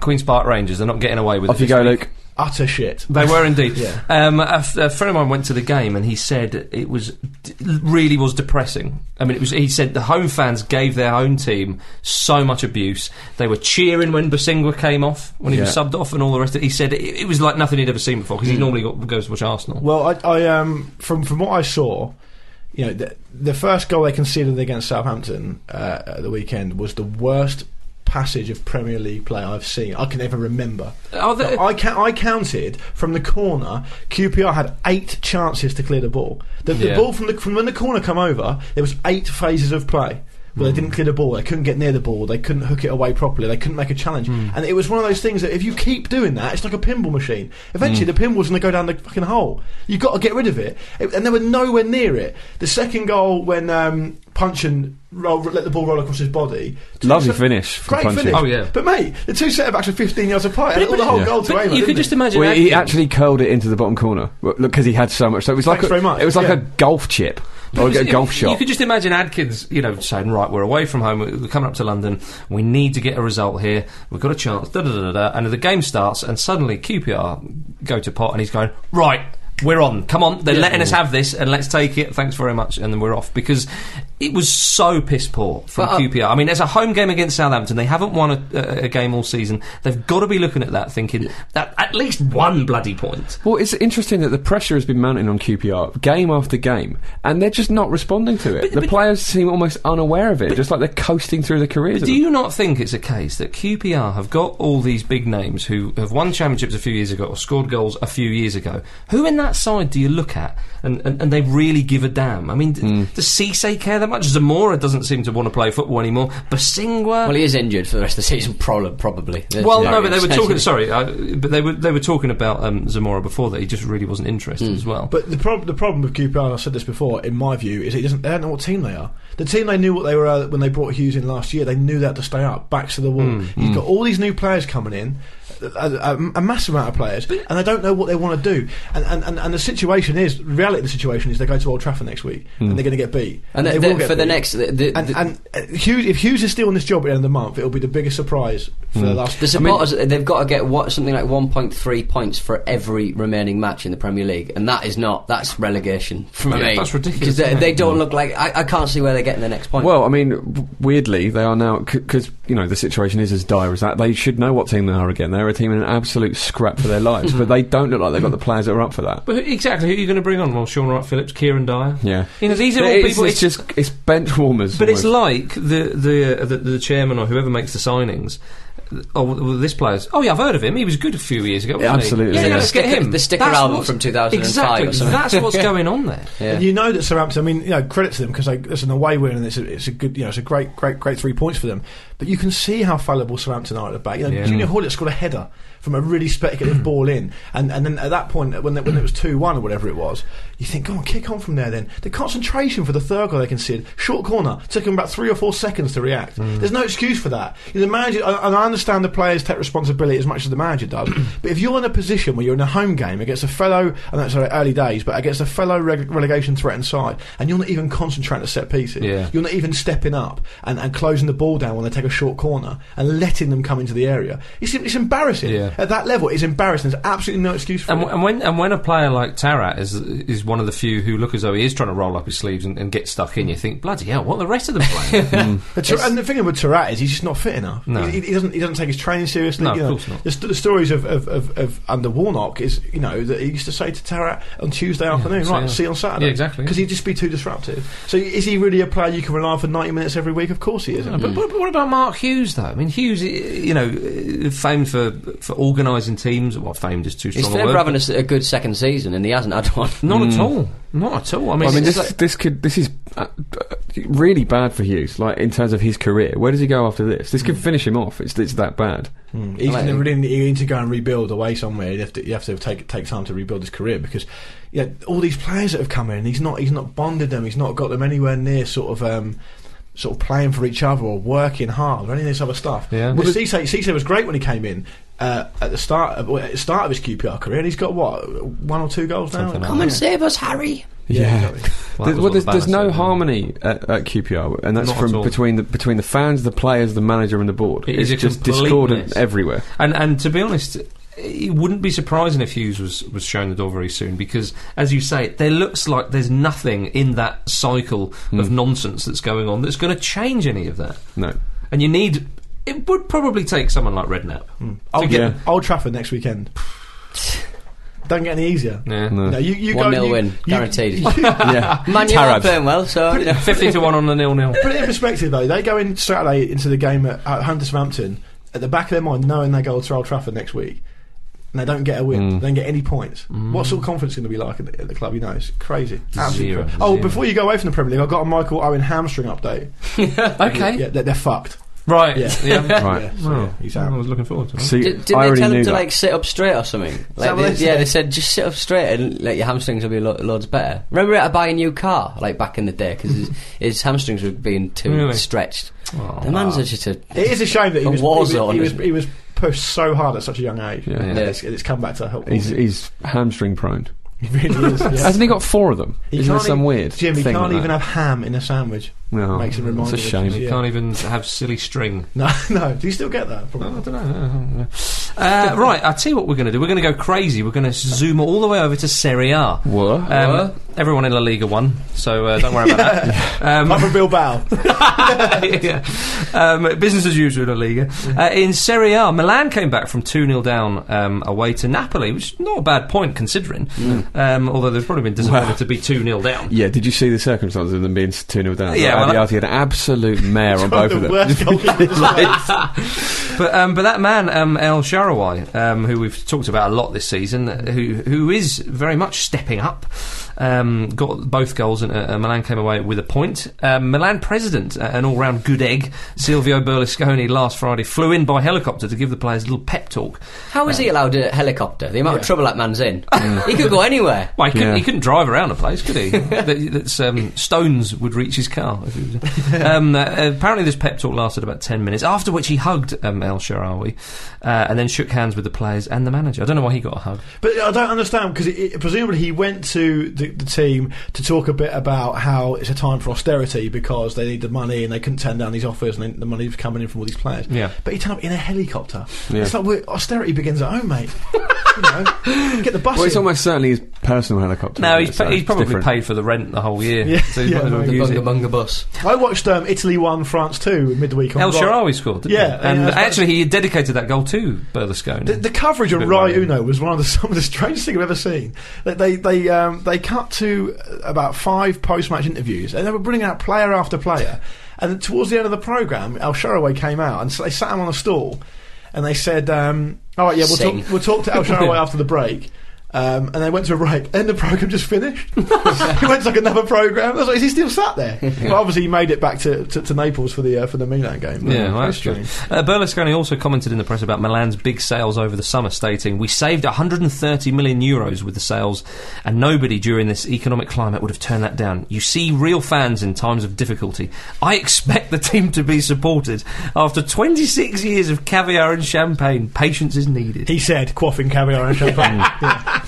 Queens Park Rangers. They're not getting away with Off it. you this go, week. Luke. Utter shit. They were *laughs* indeed. Yeah. um, a, f- a friend of mine went to the game and he said it was d- really was depressing. I mean, it was. He said the home fans gave their own team so much abuse. They were cheering when Basingua came off, when he was Yeah. Hmm. subbed off, and all the rest. of it. He said it, it was like nothing he'd ever seen before because he normally got, goes to watch Arsenal. Well, I, I um, from from what I saw, you know, the, the first goal they conceded against Southampton uh, at the weekend was the worst passage of Premier League play I've seen. I can ever remember. Are there- I ca- I counted from the corner. QPR had eight chances to clear the ball. The, the Yeah. ball from the from when the corner come over, there was eight phases of play. Well, they didn't clear the ball. They couldn't get near the ball. They couldn't hook it away properly. They couldn't make a challenge. And it was one of those things that if you keep doing that, it's like a pinball machine. Eventually, the pinball's going to go down the fucking hole. You've got to get rid of it. It- And they were nowhere near it. The second goal when um, Punchin roll, let the ball roll across his body. two Lovely se- finish. From Great Punchin. finish. Oh, yeah. But mate, the two centre backs are 15 yards apart. And all the whole Yeah. goal to But aim at, you didn't could they? just imagine. Well, he Acton. actually curled it into the bottom corner because he had so much. So it was like Thanks a, very much, it was like yeah. a golf chip or Because a if- golf You shot. could just imagine Adkins, you know, saying, "Right, we're away from home. We're coming up to London. We need to get a result here. We've got a chance." Da da da da. And the game starts, and suddenly QPR go to pot, and he's going, "Right, we're on. Come on, they're letting us have this, and let's take it. Thanks very much." And then we're off because it was so piss poor from But, uh, QPR. I mean, it's a home game against Southampton. They haven't won a, a, a game all season. They've got to be looking at that, thinking that at least one bloody point. Well, it's interesting that the pressure has been mounting on QPR game after game, and they're just not responding to it. the players seem almost unaware of it, just like they're coasting through their careers. But do you not think it's a case that QPR have got all these big names who have won championships a few years ago or scored goals a few years ago? Who in that side do you look at and, and, and they really give a damn? I mean, d- does Cisse care that much? Zamora doesn't seem to want to play football anymore. Basingwa. Well, he is injured for the rest of the season, probably. probably. That's Well, the no, but they were argument. *laughs* talking. Sorry, uh, but they were they were talking about um, Zamora before that. He just really wasn't interested Hmm. as well. But the problem, the problem with QPR, and I said this before, in my view, is it doesn't. They don't know what team they are. The team they knew what they were uh, when they brought Hughes in last year. They knew that to stay up, backs to the wall. You've got all these new players coming in, a, a, a massive amount of players, and they don't know what they want to do. And and, and and the situation is, the reality of the situation is, they go to Old Trafford next week and they're going to get beat. And the, they the, for the next, the, the, And, the, and uh, Hughes, if Hughes is still on this job at the end of the month, it'll be the biggest surprise for the last. the supporters, they've got to get what something like 1.3 points for every remaining match in the Premier League, and that is not that's relegation *laughs* for Yeah, me. that's ridiculous, because they, isn't it? they don't look like I, I can't see where they're getting the next point. Well, I mean, w- weirdly, they are now because you know the situation is as dire as that. They should know what team they are again. They're a team in an absolute scrap for their lives, but they don't look like they've got the players that are up for that. But who, exactly, who are you going to bring on? Well, Sean Wright Phillips, Kieran Dyer. Yeah, You know, these are all it's, people. it's just it's bench warmers. But it's like almost. the the, uh, the the chairman or whoever makes the signings. Oh, well, this player's. Oh yeah, I've heard of him. He was good a few years ago. Wasn't Yeah, absolutely, He? Yeah, yeah. let's get Sticker- him. the sticker That's album what's- from 2005 Exactly. or *laughs* something. That's what's going on there. yeah. And you know that Southampton. I mean, you know, credit to them because it's an away win and it's a, it's a good, you know, it's a great, great, great three points for them. But you can see how fallible Southampton are at the back. You know, Yeah. Junior Hoylett scored a header from a really speculative ball in, and, and then at that point, when it- when it was two one or whatever it was, you think, go on, kick on from there. Then the concentration for the third goal they conceded, short corner, took them about three or four seconds to react. There's no excuse for that. You know, the manager, and and I understand the players take responsibility as much as the manager does. but if you're in a position where you're in a home game against a fellow, and that's sorry, early days, but against a fellow reg- relegation threatened side, and you're not even concentrating at set pieces, Yeah. you're not even stepping up and, and closing the ball down when they take a short corner and letting them come into the area. It's, it's embarrassing. Yeah. At that level, it's embarrassing. There's absolutely no excuse for And, it. w- and when and when a player like Tarat is is one of the few who look as though he is trying to roll up his sleeves and, and get stuck Mm. in, you think bloody hell, what are the rest of them *laughs* playing? But Tur- and the thing with Tarat is he's just not fit enough. No. He, he doesn't. He doesn't take his training seriously. No, of you know. course not. The, st- the stories of, of, of, of under Warnock is you know that he used to say to Tarat on Tuesday afternoon, so, right, yeah. see you on Saturday, Yeah, exactly. because he'd just be too disruptive. So is he really a player you can rely on for ninety minutes every week? Of course he isn't. But, Mm. but, but what about Mark Hughes though? I mean, Hughes, i- you know, uh, famed for for organising teams. Well, famed is too strong He's a fair word. for having Mm. a, s- a good second season, and he hasn't had one. Not at all. Not at all. I mean, I mean, it's this this could this is uh, uh, really bad for Hughes. Like in terms of his career, where does he go after this? This Hmm. could finish him off. It's it's that bad. Mm. He's Like- gonna really need, he needs to go and rebuild away somewhere. You have to, you have to take take time to rebuild his career because yeah, all these players that have come in, he's not he's not bonded them. He's not got them anywhere near sort of. Um, Sort of playing for each other or working hard or any of this other stuff. Yeah. Well, Well, Cisse, Cisse was great when he came in uh, at the start of, well, at the start of his QPR career, and he's got what one or two goals Something now. like Come and that. save us, Harry. exactly. Well, There's, that was well, what there's, the there's banner no said, harmony at, at QPR, and that's Not at from all. between the between the fans, the players, the manager, and the board. It is it's a just complete discordant mess. everywhere. And and to be honest, it wouldn't be surprising if Hughes was was shown the door very soon because, as you say, there looks like there's nothing in that cycle Hmm. of nonsense that's going on that's going to change any of that. No, And you need. It would probably take someone like Redknapp. Old, Yeah. Old Trafford next *sighs* weekend. Don't get any easier. Yeah. *laughs* no, No, you, you One go, nil you- win, you- *laughs* guaranteed. Ah, yeah, Man, you Tarab. are playing well, so you know. 50 to 1 on the nil *laughs* nil. Put it in perspective though, they go in Saturday into the game at, at home to Southampton at the back of their mind, knowing they go to Old Trafford next week, and they don't get a win, Mm. they don't get any points. What sort of confidence going to be like at the, at the club? You know, it's crazy. Absolutely. Zero. crazy. Oh, Zero. before you go away from the Premier League, I got a Michael Owen hamstring update. Okay. Yeah, they're, they're fucked. Right. *laughs* Oh. Mm. Yeah, Right. Yeah, so, Well, yeah, he's I out. was looking forward to it. See, Did, I didn't they already tell knew him to that. like sit up straight or something? Like, what they they, yeah, said? they said just sit up straight and like your hamstrings will be lo- loads better. Remember, I had to buy a new car like back in the day because his, his hamstrings were being too Really? stretched. Oh. the man's just a It is a shame that he A was, war he, was, zone, he, was, isn't he was pushed so hard at such a young age. Yeah. Yeah. And it's, it's come back to help. He's, him. he's hamstring prone. *laughs* He really is. *laughs* yeah. Hasn't he got four of them? He Isn't there can't some e- weird Jim, he thing can't like even that? have ham in a sandwich. No, makes him remind It's a you of shame. it. You Yeah. *laughs* can't even have silly string. No, no. Do you still get that? *laughs* I don't know. Uh, right, I'll tell you what we're going to do. We're going to go crazy. We're going to zoom all the way over to Serie A. What? Um, everyone in La Liga won, so uh, don't worry about *laughs* Not that. from Bilbao. Um, yeah. um, business as usual in La Liga. Uh, in Serie A, Milan came back from 2 0 down um, away to Napoli, which is not a bad point considering, um, although there's probably been disappointed to be 2 0 down. Yeah, did you see the circumstances of them being 2 0 down? Yeah, well, Like, that- Adiotti had *laughs* an absolute mare on *laughs* both *laughs* of the them. worst *laughs* Just goalkeeper fucking in the world. But um, but that man um, El Shaarawy, um, who we've talked about a lot this season, uh, who who is very much stepping up, um, got both goals and uh, uh, Milan came away with a point. Um, Milan president, uh, an all round good egg, Silvio Berlusconi, last Friday flew in by helicopter to give the players a little pep talk. How is he allowed a helicopter? The amount of trouble that man's in. he could go anywhere. Well, he couldn't, Yeah. he couldn't drive around the place, *laughs* could he? that, that's, um, stones would reach his car. If he was, um, uh, apparently, this pep talk lasted about 10 minutes, after which he hugged um, El Sharawi uh, and then shook hands with the players and the manager. I don't know why he got a hug. But I don't understand because it, it- presumably he went to the, the team to talk a bit about how it's a time for austerity because they need the money and they couldn't turn down these offers and then the money was coming in from all these players. Yeah. But he turned up in a helicopter. Yeah. It's like we're, austerity begins at home, *laughs* mate. you know, get the bus. Well, it's in. almost certainly his personal helicopter. No, isn't he's, it? So pa- he's it's probably different. paid for the rent the whole year. Yeah, so he's yeah, might as well right. The use bunga it. bunga bus. I watched um, Italy one, France two midweek on. El Rai. Sharawi scored, didn't Yeah, he? and yeah, that's right. actually he dedicated that goal to Berlusconi. The, the coverage on Bit Rai worrying. Uno was one of the, *laughs* some of the strangest things I've ever seen. They they they, um, they cut to about five post-match interviews, and they were bringing out player after player. And towards the end of the program, Al Sharaway came out, and so they sat him on a stool, and they said, um, "All right, yeah, we'll Sing. talk, we'll talk to Al Sharaway after the break." um, and they went to a break, *laughs* and the program just finished. he went to like another program. I was like, is he still sat there? But obviously, he made it back to, to, to Naples for the uh, for the Milan game. Yeah, well, that's Strange. true. Uh, Berlusconi also commented in the press about Milan's big sales over the summer, stating, "We saved 130 million euros with the sales, and nobody during this economic climate would have turned that down. You see, real fans in times of difficulty. I expect the team to be supported. After 26 years of caviar and champagne, patience is needed. He said, quaffing caviar and champagne.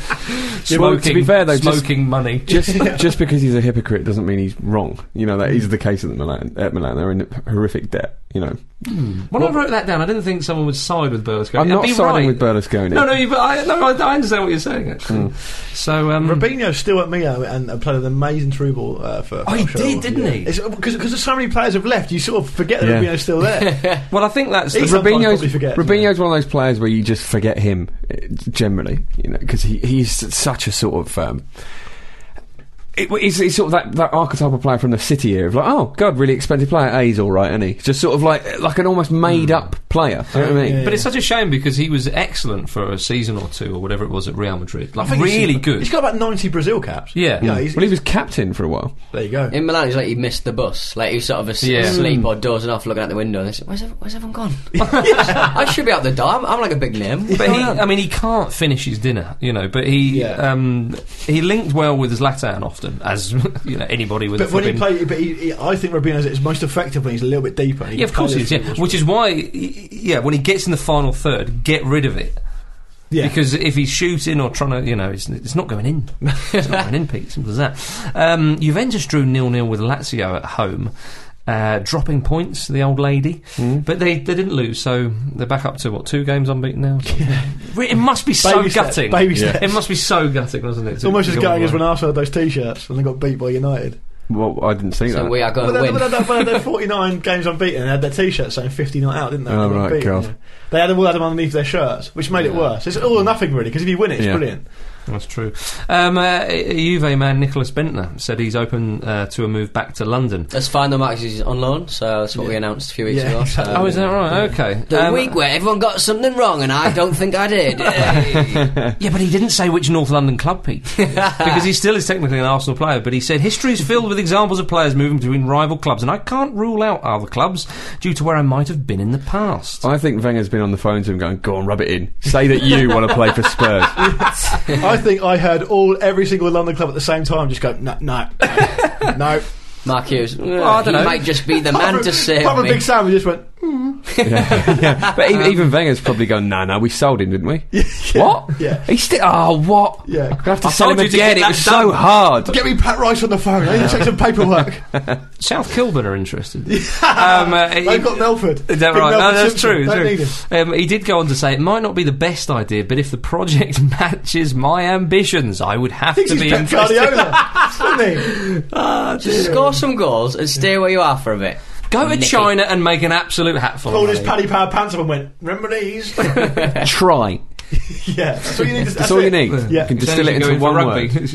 Yeah, well, to be fair, though, just- smoking money. just *laughs* just because he's a hypocrite doesn't mean he's wrong. You know that is the case at the Milan. At Milan, they're in horrific debt. You know, When I wrote that down, I didn't think someone would side with Berlusconi. I'm I'd not be siding right. with Berlusconi. No, no, you, but I, no, I, I understand what you're saying actually. Hmm. So, um, Robinho's still at Milan and, and played an amazing through ball uh, for. Oh, he did, didn't he? Because uh, so many players have left, you sort of forget that Yeah. Robinho's *laughs* still there. well, I think that's the, He's- sometimes probably Robinho's, forget, Robinho's one of those players where you just forget him eh, generally, you know, because he, he's such a sort of. Um, it, it's, it's sort of that, that archetypal player from the City era of like, oh god, really expensive player. A he's all right, isn't he? Just sort of like like an almost made Hmm. up player. You know what I mean? Yeah. But it's such a shame because he was excellent for a season or two or whatever it was at Real Madrid. Like I think he's- really good. He's got about 90 Brazil caps. Yeah. You know, he's- Well, he was captain for a while. there you go. In Milan, he's like he missed the bus. Like he was sort of as- Yeah. asleep or dozing off, looking out the window. And they said, "Where's, ev- where's everyone gone? *laughs* I should be out the door. I'm, I'm like a big name." *laughs* but he, I mean, he can't finish his dinner, you know. But he, Yeah. um, he linked well with Zlatan often, as *laughs* you know anybody with. a But when he flipping- played, but he, he, I think Robinho's is most effective when he's a little bit deeper. He yeah, of can course play he is. Yeah, those through balls. which is why, y- y- yeah, when he gets in the final third, get rid of it yeah. because if he's shooting or trying to, you know, it's, it's not going *laughs* in. it's not going in, Pete. Simple as that. Um, Juventus drew nil nil with Lazio at home. Uh, dropping points, the old lady, but they, they didn't lose, so they're back up to what two games unbeaten *laughs* now. It must be so Baby steps, gutting. baby steps. It must be so gutting, doesn't it? It's almost as going as when Arsenal had those T-shirts and they got beat by United. Well, I didn't see so that. we are Uh, going But to they, win. but, they, but they had 49 games unbeaten and they had their T-shirts saying 50 not out, didn't they? Oh, They got right, beaten, God. yeah. They had all had them underneath their shirts, which made it worse. It's all or nothing really, because if you win it, it's Yeah. brilliant. That's true. Um, uh, Juve man Nicholas Bentner said he's open uh, to a move back to London. That's fine though, Max. He's on loan, so that's what we announced a few weeks Yeah, ago. exactly. so- Oh, is that right? Okay. The Um, week where everyone got something wrong, and I don't think I *laughs* did. Hey. Yeah, but he didn't say which North London club, *laughs* Pete. because he still is technically an Arsenal player, but he said history is filled with examples of players moving between rival clubs, and I can't rule out other clubs due to where I might have been in the past. I think Wenger's been on the phone to him going, "Go on, rub it in. Say that you want to play *laughs* for Spurs." I think I heard all every single London club at the same time just go, no, no, no, no. Mark Hughes. I don't he know. might just be the *laughs* man to save Proper me. Big Sam just went, Yeah. But Um, even, even Wenger's probably going, no, no, we sold *laughs* him, didn't we? What? yeah. He still. Oh, what? Yeah. We'll have to I sell told him you to get again. It that was done. so hard. Get me Pat Rice on the phone. I need to check some paperwork. South Kilburn are *laughs* interested. um, uh, he- They've got Melford. Is Big that right? No, Melford that's Simpson. true. Don't need him. it's true. Um, he did go on to say, it might not be the best idea, but if the project *laughs* matches my ambitions, I would have Thinks to he's be Pep interested. Guardiola, doesn't he? Just score some goals and stay where you are for a bit. Go to Nicky. China and make an absolute hatful. of Pulled his money. Paddy Power pants up and went, remember these? *laughs* Try. yeah, that's all you need. to- That's all you it. need. Yeah. You can It's distill it only going into for one *laughs* word.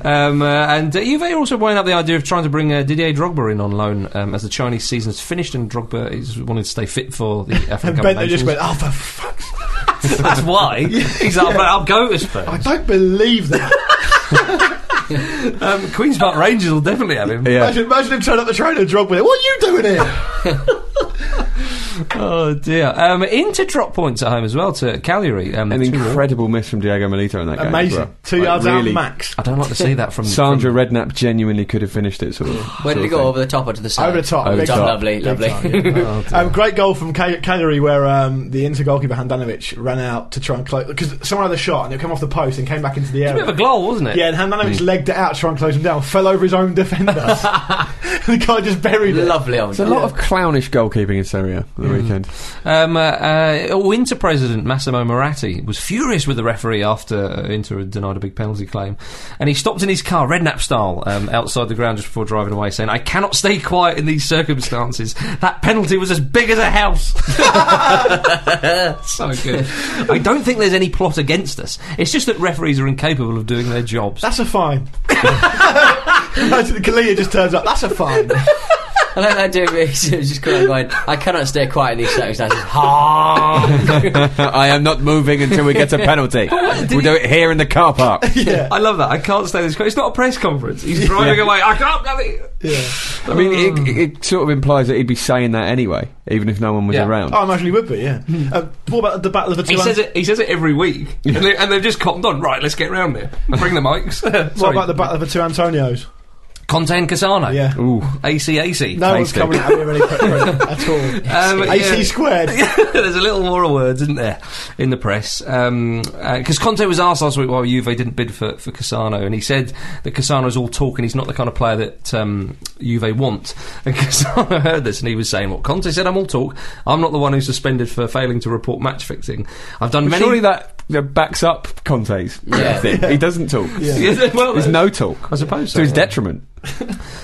rugby. *laughs* um, uh, and uh, Juve are also weighing up the idea of trying to bring uh, Didier Drogba in on loan um, as the Chinese season has finished, and Drogba is wanting to stay fit for *laughs* the African Cup. And of Bento Nations. just went, oh, for fuck's That's *laughs* why he's like, "Well, I'll go to Spurs. I don't believe that. Um, Queens Park Rangers will definitely have *laughs* him. Yeah. imagine, imagine him turn up the train and drug with it. What are you doing here? Oh dear. Um, Inter drop points at home as well to Cagliari. Um, An two- incredible miss from Diego Milito in that game. as Amazing. well. Two Like, yards really, out max. I don't like to see that from Sandra Redknapp genuinely could have finished it. Sort of. Where sort did he of go? thing. Over the top or to the side? Over the top. Over the Big top. time. Lovely, Big lovely. *laughs* time, yeah. um, great goal from Ka- Cagliari where um, the Inter goalkeeper Handanovic ran out to try and close because someone had a shot and it came off the post and came back into the It's a bit of a area. goal, wasn't it? Mm. Yeah, and Handanovic legged it out to try and close him down. Fell over his own *laughs* defender. *laughs* the guy just buried it. Lovely. oh old There's a lot of clownish goalkeeping in Serie A the weekend. *laughs* Um, uh, uh, oh, Inter president Massimo Moratti was furious with the referee after uh, Inter had denied a big penalty claim, and he stopped in his car, Redknapp style, um, outside the ground just before driving away, saying, "I cannot stay quiet in these circumstances. That penalty was as big as a house." *laughs* so good. I don't think there's any plot against us. It's just that referees are incapable of doing their jobs. *laughs* *laughs* That's a fine. Imagine the Kalia just turns up. That's a fine. I like that *laughs* David Rees who's just kind of going, I cannot stay quiet in these circumstances. Ah! *laughs* Ha! I am not moving until we get a penalty. we'll do it here in the car *laughs* park. I love that. I can't stay this. It's not a press conference. He's driving away. I can't. I mean, I mean, it, it, it sort of implies that he'd be saying that anyway, even if no one was Yeah. around. I imagine he Oh, would be, yeah. Um, what about the Battle of the Two Hmm. he says Anthons? it. He says it every week, and, they, and they've just cottoned on. Right, let's get round there. Bring the mics. *laughs* What Sorry. about the Battle of the Two Antonios? Conte and Cassano? Yeah. Ooh, ACAC. No one's tasty. coming out here any quicker at *laughs* all. *laughs* Um, AC yeah. *laughs* squared. There's a little war of words, isn't there, in the press? Because Conte was asked last week why Juve didn't bid for, for Cassano, and he said that Cassano's all talk and he's not the kind of player that um, Juve want. *laughs* And Cassano heard this and he was saying, Well, Conte said, I'm all talk. I'm not the one who's suspended for failing to report match fixing. I've done But many. surely that uh, backs up Conte's Yeah. thing. He doesn't talk. *laughs* Yeah, well, *laughs* There's no talk. I suppose so. To his detriment.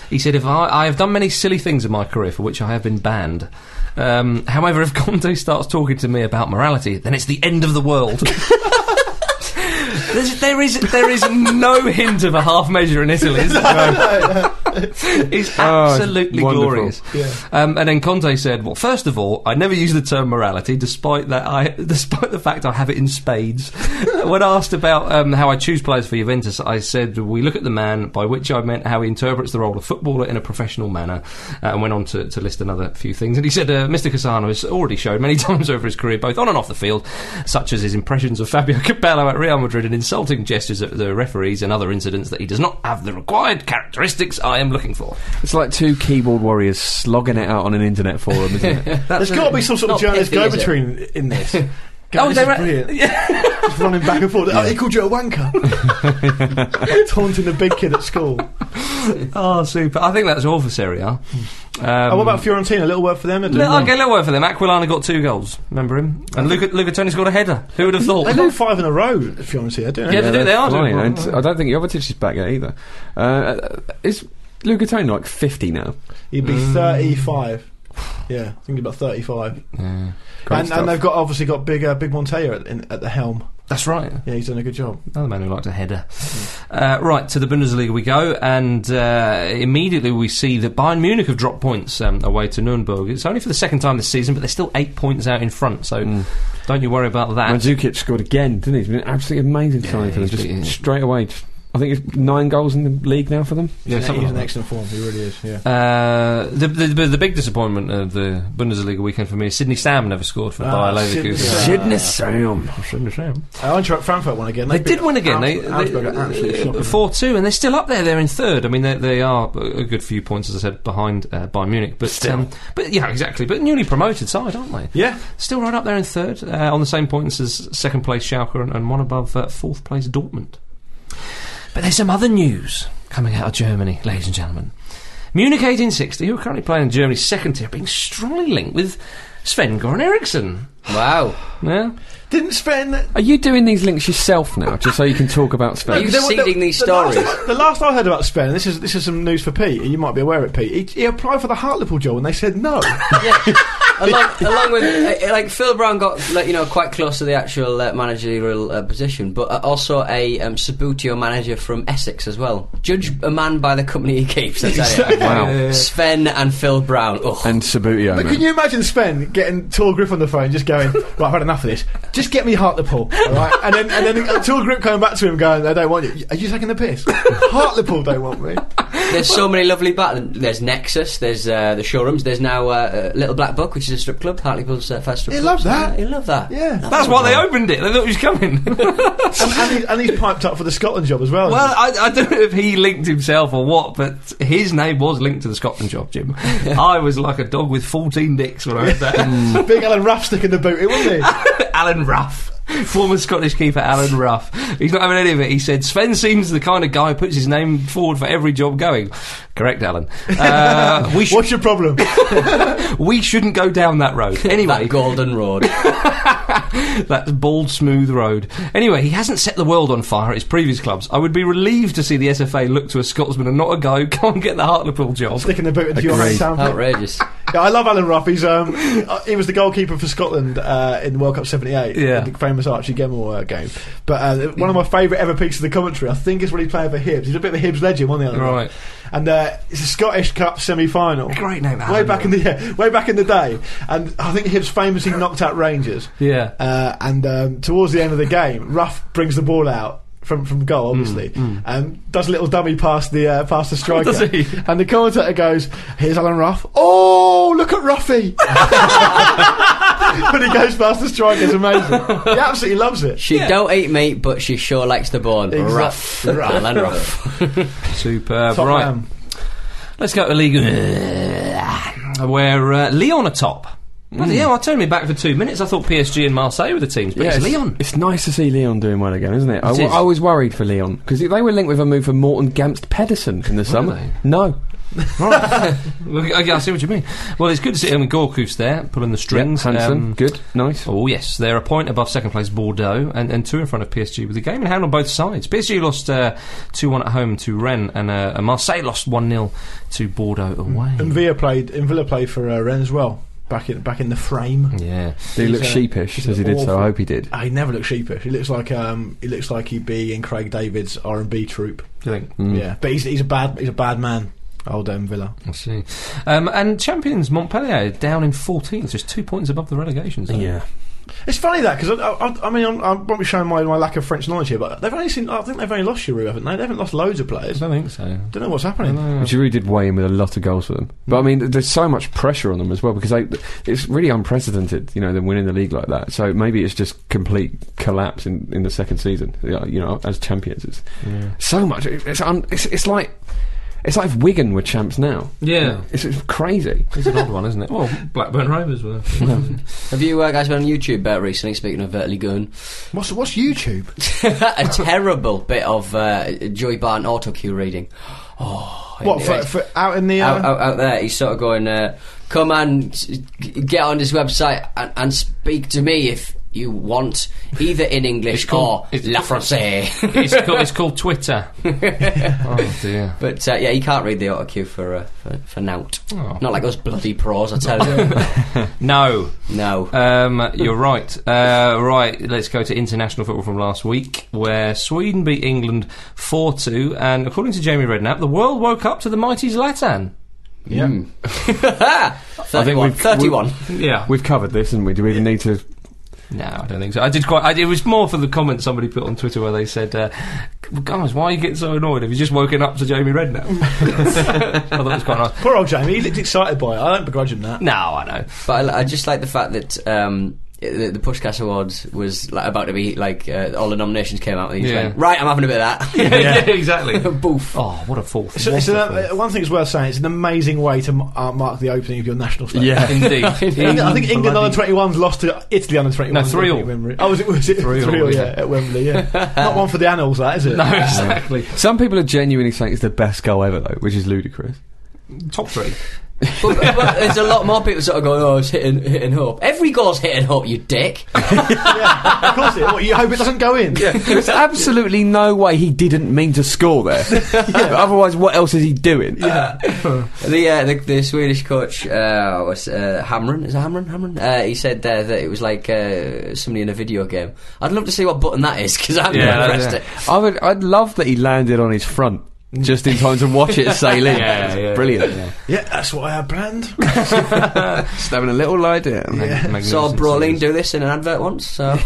He said, "If I, I have done many silly things in my career for which I have been banned. Um, however, if *laughs* Conte starts talking to me about morality, then it's the end of the world." *laughs* There's, there is there is no hint of a half measure in Italy. Is there? it's Oh, it's absolutely wonderful. glorious. Um, and then Conte said, "Well, first of all, I never use the term morality, despite that I, *laughs* despite the fact I have it in spades." *laughs* when asked about um, how I choose players for Juventus, I said, "We look at the man," by which I meant how he interprets the role of footballer in a professional manner, uh, and went on to, to list another few things. And he said, uh, "Mr. Cassano has already shown many *laughs* times over his career, both on and off the field, such as his impressions of Fabio *laughs* Capello at Real Madrid and insulting gestures at the referees and other incidents, that he does not have the required characteristics I am looking for." It's like two keyboard warriors slogging it out on an internet forum, *laughs* isn't it? There's got to be some sort of Not journalist pithy, go is it? between in this. Oh, oh, this they is were- brilliant. Just running back and forth. Oh, he called you a wanker. Taunting the big kid at school. Oh, super. I think that's all for Serie A. Um, oh, what about Fiorentina? A little word for them. They're doing Little, well. okay, little word for them. Aquilana got two goals. Remember him? And Luca, Luca Toni scored a header. Who would have thought? They got five in a row. Fiorentina, don't Yeah, they? they do. They are doing Fine, well. and I don't think Jovetic is back yet either. Uh, is Luca Tone like 50 now? He'd be thirty-five. Yeah, I think he's about thirty-five. Yeah. Great And, stuff. and they've got obviously got big, uh, big Monteo at, in, at the helm. That's right. Yeah, he's done a good job. Another man who liked a header. Uh, right, to the Bundesliga we go, and uh, immediately we see that Bayern Munich have dropped points um, away to Nuremberg. It's only for the second time this season, but they're still eight points out in front, so don't you worry about that. Mandzukic scored again, didn't he? It's been an absolutely amazing signing for them. he's Just been- straight away. just- I think it's nine goals in the league now for them. Yeah, he's, an, something he's like in that. excellent form. He really is. Yeah. Uh, the, the the big disappointment of the Bundesliga weekend for me is Sydney Sam never scored for Ah, Bayer Leverkusen. Sidney Sam. Goodness, Sam. Sydney Sam. Uh, Eintracht Frankfurt won again. They beat did win again. They, uh, Augsburg- Augsburg are absolutely shocking. four two, and they're still up there. They're in third. I mean, they, they are a good few points, as I said, behind uh, Bayern Munich. But um, but yeah, exactly. But newly promoted side, aren't they? Yeah, Still right up there in third, uh, on the same points as second place Schalke and, and one above uh, fourth place Dortmund. But there's some other news coming out of Germany, ladies and gentlemen. Munich 1860, who are currently playing in Germany's second tier, are being strongly linked with Sven Goran Eriksson. Wow. Yeah. didn't Sven Are you doing these links yourself now, just so you can talk about Are Sven? you They were- the- seeding these the last- stories? The last I heard about Sven, this is this is some news for Pete. and You might be aware of it, Pete. He, he applied for the Hartlepool job and they said no. along, along with uh, like Phil Brown got like you know quite close to the actual uh, managerial uh, position, but uh, also a um, Sabutio manager from Essex as well. Judge a man by the company he keeps. I tell you. Wow. Sven and Phil Brown. Ugh. And Sabutio. but man. can you imagine Sven getting Tor Grip on the phone, just going, "Right, I've had enough of this. Just get me Hartlepool, all right?" And then and then uh, Tor Grip coming back to him, going, "They don't want you. Are you taking the piss? Hartlepool don't want me." There's so many lovely bars. There's Nexus. There's uh, the showrooms. There's now uh, uh, Little Black Book, which is a strip club. Hartlepool's uh, first strip He club. loved that. He loved that. Yeah, That's why they opened it. They thought he was coming. *laughs* and, and, he's, and he's piped up for the Scotland job as well. Well, I, I don't know if he linked himself or what, but his name was linked to the Scotland job, Jim. I was like a dog with 14 dicks when I heard that. big Alan Ruff sticking the boot in, wasn't *laughs* he? Alan Ruff. *laughs* Former Scottish keeper Alan Ruff. He's not having any of it. He said, Sven seems the kind of guy who puts his name forward for every job going. Correct, Alan. *laughs* Uh, we, should What's your problem? we shouldn't go down that road. *laughs* Anyway, That golden road. that bald, smooth road. Anyway, he hasn't set the world on fire at his previous clubs. I would be relieved to see the SFA look to a Scotsman and not a guy who *laughs* can't get the Hartlepool *laughs* job. sticking the boot into your Agreed. sound. Outrageous. Yeah, I love Alan Ruff. He's um, uh, he was the goalkeeper for Scotland uh, in World Cup '78. Yeah. the famous Archie Gemmell uh, game. But uh, one of my favourite ever pieces of the commentary, I think, is when he's playing for Hibs. He's a bit of a Hibs legend, wasn't he? Alan Ruff? Right. and uh, it's a Scottish Cup semi-final. Great name, Way Alan back in the yeah, way back in the day, and I think Hibs famously knocked out Rangers. Yeah. Uh, and um, towards the end of the game, Ruff brings the ball out from, from goal, obviously, Mm, and does a little dummy past the uh, past the striker. Does he? And the commentator goes, "Here's Alan Ruff. Oh, look at Ruffy!" *laughs* when he goes past the striker, it's amazing. He absolutely loves it. She don't eat meat, but she sure likes the bone. Exact- Rough. rough. Alan Rough. Superb. Top right. man. Let's go to League *sighs* One, where uh, Leon are top. Hmm. Bloody hell, I turned me back for two minutes. I thought PSG and Marseille were the teams, but it's, Leon. It's nice to see Leon doing well again, isn't it? I, It wa- is. I was worried for Leon because they were linked with a move for Morton Gamst Pedersen in the summer. No, *laughs* Well, I, I see what you mean. Well, it's good to see. I mean, Gorkov's there, pulling the strings. Yep, handsome, Um, good, nice. Oh yes, they're a point above second place Bordeaux and, and two in front of PSG with the game in hand on both sides. PSG lost uh, two one at home to Rennes and uh, and Marseille lost one 0 to Bordeaux away. And Villa played. And Villa played for uh, Rennes as well. Back in back in the frame. Yeah, He looked he's, uh, sheepish he's as he did so. awful. I hope he did. Oh, he never looks sheepish. He looks like um, he looks like he'd be in Craig David's R and B troupe. do you think? Yeah, but he's, he's a bad he's a bad man. Old um, Villa. I see. Um, and champions Montpellier down in 14th, just two points above the relegation zone. It's funny that because I, I, I mean I'm, I won't be showing my, my lack of French knowledge here, but they've only seen I think they've only lost Giroud, haven't they? They haven't lost loads of I players. don't think so. Don't know what's happening. Hmm. Which really did weigh in with a lot of goals for them. But I mean, there's so much pressure on them as well because they, it's really unprecedented, you know, them winning the league like that. So maybe it's just complete collapse in, in the second season, you know, you know, as champions. It's so much. It- It's, un, it's it's like it's like if Wigan were champs now. Yeah. it's, it's crazy. Oh, It's an odd one, isn't it? Well, Blackburn Rovers were. Have you uh, guys been on YouTube uh, recently? Speaking of Vertly Gun, What's what's YouTube? *laughs* a terrible bit of uh, Joey Barton auto cue reading. Oh, what anyway. for, for out in the uh, out, out, out there, he's sort of going, uh, "Come and s- g- get on this website and, and speak to me if you want, either *laughs* in English or La Francais." *laughs* *laughs* it's, called, it's called *laughs* Twitter. oh dear. but uh, yeah, you can't read the auto cue for uh, for, for nout. Oh. Not like us bloody pros, I tell *laughs* you. No. no. Um, you're right. Uh, right, let's go to international football from last week, where Sweden beat England 4 2. And according to Jamie Redknapp, the world woke up to the mighty Zlatan. yeah. Mm. Hmm. *laughs* we've- 31. 31. Yeah. We've covered this, and we do we even need to? No, I don't think so. I did quite. I, it was more for the comment somebody put on Twitter where they said, uh, "Guys, why are you getting so annoyed? Have you just woken up to Jamie Redknapp?" *laughs* I thought it was quite nice. Poor old Jamie. He looked excited by it. I don't begrudge him that. No, I know. But I, I just like the fact that um, the, the Pushcast Awards was like, about to be like uh, all the nominations came out. And he just Yeah. went, right, I'm having a bit of *laughs* that. yeah, exactly. *laughs* Boof. Oh, what a fourth! So, What it's a an, fourth. uh, one thing it's worth saying. It's an amazing way to m- uh, mark the opening of your national state. *laughs* Indeed, England, *laughs* I think England Bloody- under 21s lost to Italy under 21s. No, 3-0. at Wembley. Oh, was it, was it 3 3-0, all, yeah. yeah, at Wembley, yeah. Not one for the annals, that, is it? No, exactly. Some people are genuinely saying it's the best goal ever, though, which is ludicrous. Top three. but, but there's a lot more people sort of going, oh, it's hitting, hitting hope. Every goal's hitting hope, *laughs* you dick. *laughs* yeah, of course it. Well, you hope it doesn't go in. Yeah. There's absolutely no way he didn't mean to *laughs* score there. But otherwise, what else is he doing? *laughs* The, uh, the the Swedish coach uh, was uh, Hamren. Is it Hamren? Hamren. Uh, he said there that it was like uh, somebody in a video game. I'd love to see what button that is because I haven't Yeah, pressed yeah. *laughs* it. I would. I'd love that he landed on his front just in time to watch *laughs* it sail in. Yeah, It's yeah, brilliant. that's what I had planned. Just having a little lie down. Yeah. Saw Brolin do this in an advert once. *laughs* So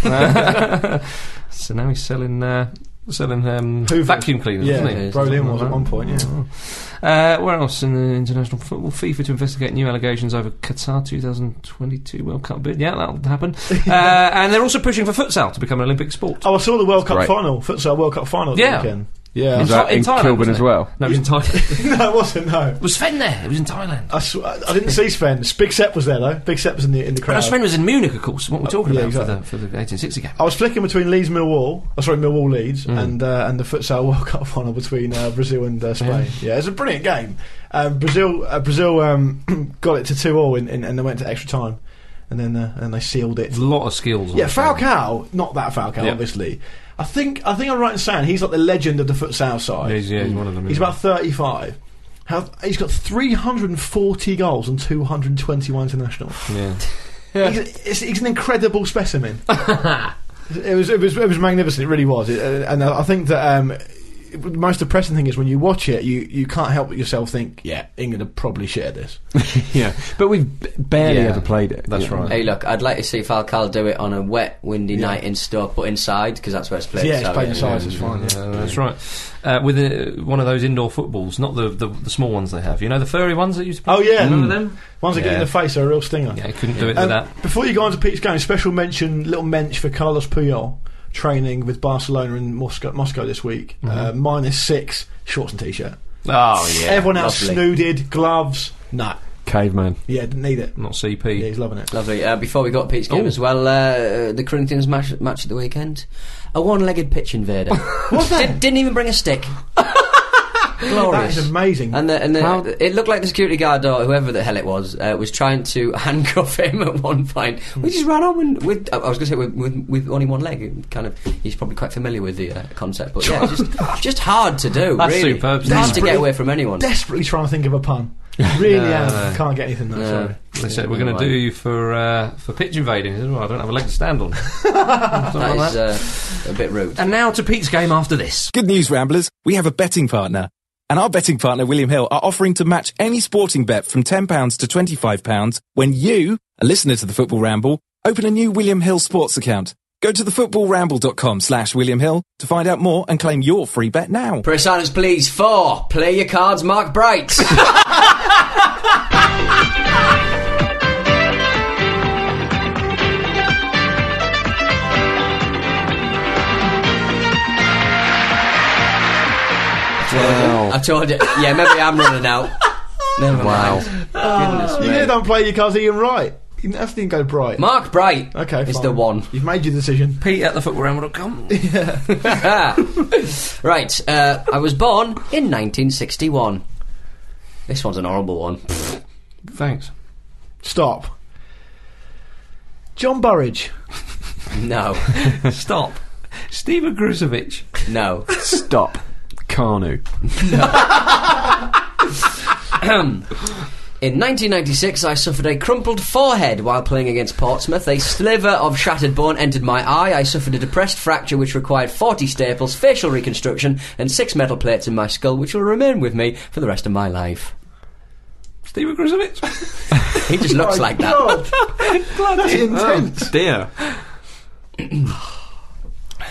so now he's selling. Uh, Selling um, Hoover. vacuum cleaners, yeah, isn't he? Brolin was at one point, yeah. Uh, where else in the international football? FIFA to investigate new allegations over Qatar 2022 World Cup bid. Yeah, that'll *laughs* happen. uh, and they're also pushing for futsal to become an Olympic sport. Oh, I saw the World Cup Great. final, futsal World Cup final Yeah. yeah. weekend. Yeah. *laughs* Was It's not that in in Thailand, Kilburn isn't as it? well? No, it was in Thailand. no, it wasn't, no. was Sven there? It was in Thailand. I, sw- I I didn't see Sven. Big Sep was there, though. Big Sep was in the, in the crowd. No, Sven was in Munich, of course. What we're talking Uh, yeah, about exactly. for the for the 1860 game. I was flicking between Leeds Millwall, oh, sorry, Millwall Leeds, and uh, and the futsal *laughs* World Cup final between uh, Brazil and uh, Spain. Yeah. it's a brilliant game. Um, Brazil uh, Brazil um, *clears throat* got it to two all, in, in, and they went to extra time, and then uh, and then they sealed it. A lot of skills. on Yeah, the field. Falcao, not that Falcao, Mm. Yeah. obviously. I think I think I'm right in saying he's like the legend of the futsal side. Yeah, he's, yeah, he's one of them. He's isn't about 35. How, he's got 340 goals and 221 international. he? Yeah. He's, he's, he's an *laughs* incredible specimen. it, was, it was it was magnificent. It really was. It, uh, and I I think that um, the most depressing thing is when you watch it, you, you can't help but yourself think, yeah, England have probably shit at this. yeah, but we've b- barely Yeah. ever played it. That's Yeah. right. Hey, look, I'd like to see Falcao do it on a wet, windy Yeah. night in Stoke, but inside, because that's where it's played. yeah, it's so, playing size, it's fine. Yeah. That's right. Uh, with uh one of those indoor footballs, not the, the the small ones they have. You know the furry ones that you used to play. Oh, yeah. remember them? Once they get you in Yeah. the face, they're a real stinger. Yeah, I couldn't do it Um, with that. Before you go on to Pete's game, special mention, little mensch for Carlos Puyol training with Barcelona in Moscow, Moscow this week. Mm-hmm. Uh, minus six, shorts and t-shirt. Oh yeah, Everyone else lovely. snooded, gloves. Nah, Caveman. yeah, didn't need it. not Yeah, CP. he's loving it. Mm. Lovely. Uh, before we got Pete's game Oh. as well, uh, the Corinthians match, match at the weekend. A one-legged *laughs* pitch invader. Did, didn't even bring a stick. That Glorious. is amazing. And the, and the, How- it looked like the security guard or whoever the hell it was uh, was trying to *laughs* handcuff him at one point. We just ran on and with I I was going to say with, with, with only one leg. It Kind of, he's probably quite familiar with the uh, concept, but yeah, *laughs* just just hard to do. That's really. superb. Hard to Desperate- get away from anyone. Desperately trying to think of a *laughs* pun. Really am. no. Can't get anything though, No. sorry. They said we're going to do you for uh, for pitch invading. He said, well, I don't have a leg to stand *laughs* on. Something That like is that. uh, a bit rude. And now to Pete's game after this. Good news, Ramblers. We have a betting partner. And our betting partner, William Hill, are offering to match any sporting bet from £10 to £25 when you, a listener to the Football Ramble, open a new William Hill sports account. Go to thefootballramble.com slash William Hill to find out more and claim your free bet now. Press silence, please. Four. Play your cards, Mark Bright. *laughs* Wow. I told you. Yeah, maybe I'm running out. *laughs* Never Wow. mind. You Goodness me. really don't play your cards even right. You didn't have to even go bright. Mark Bright okay, is fine. the *laughs* one. You've made your decision. Pete at thefootballramble.com. right, uh, I was born in 1961. This one's an horrible one. Thanks. Stop. John Burridge. No, Stop. Steve Grusovic. no. Stop. Carnu. In 1996, I suffered a crumpled forehead while playing against Portsmouth. A sliver of shattered bone entered my eye. I suffered a depressed fracture which required 40 staples, facial reconstruction, and six metal plates in my skull, which will remain with me for the rest of my life. Steve *laughs* Grusovic. He just looks like that. *laughs* God. That's intense. Oh, Dear.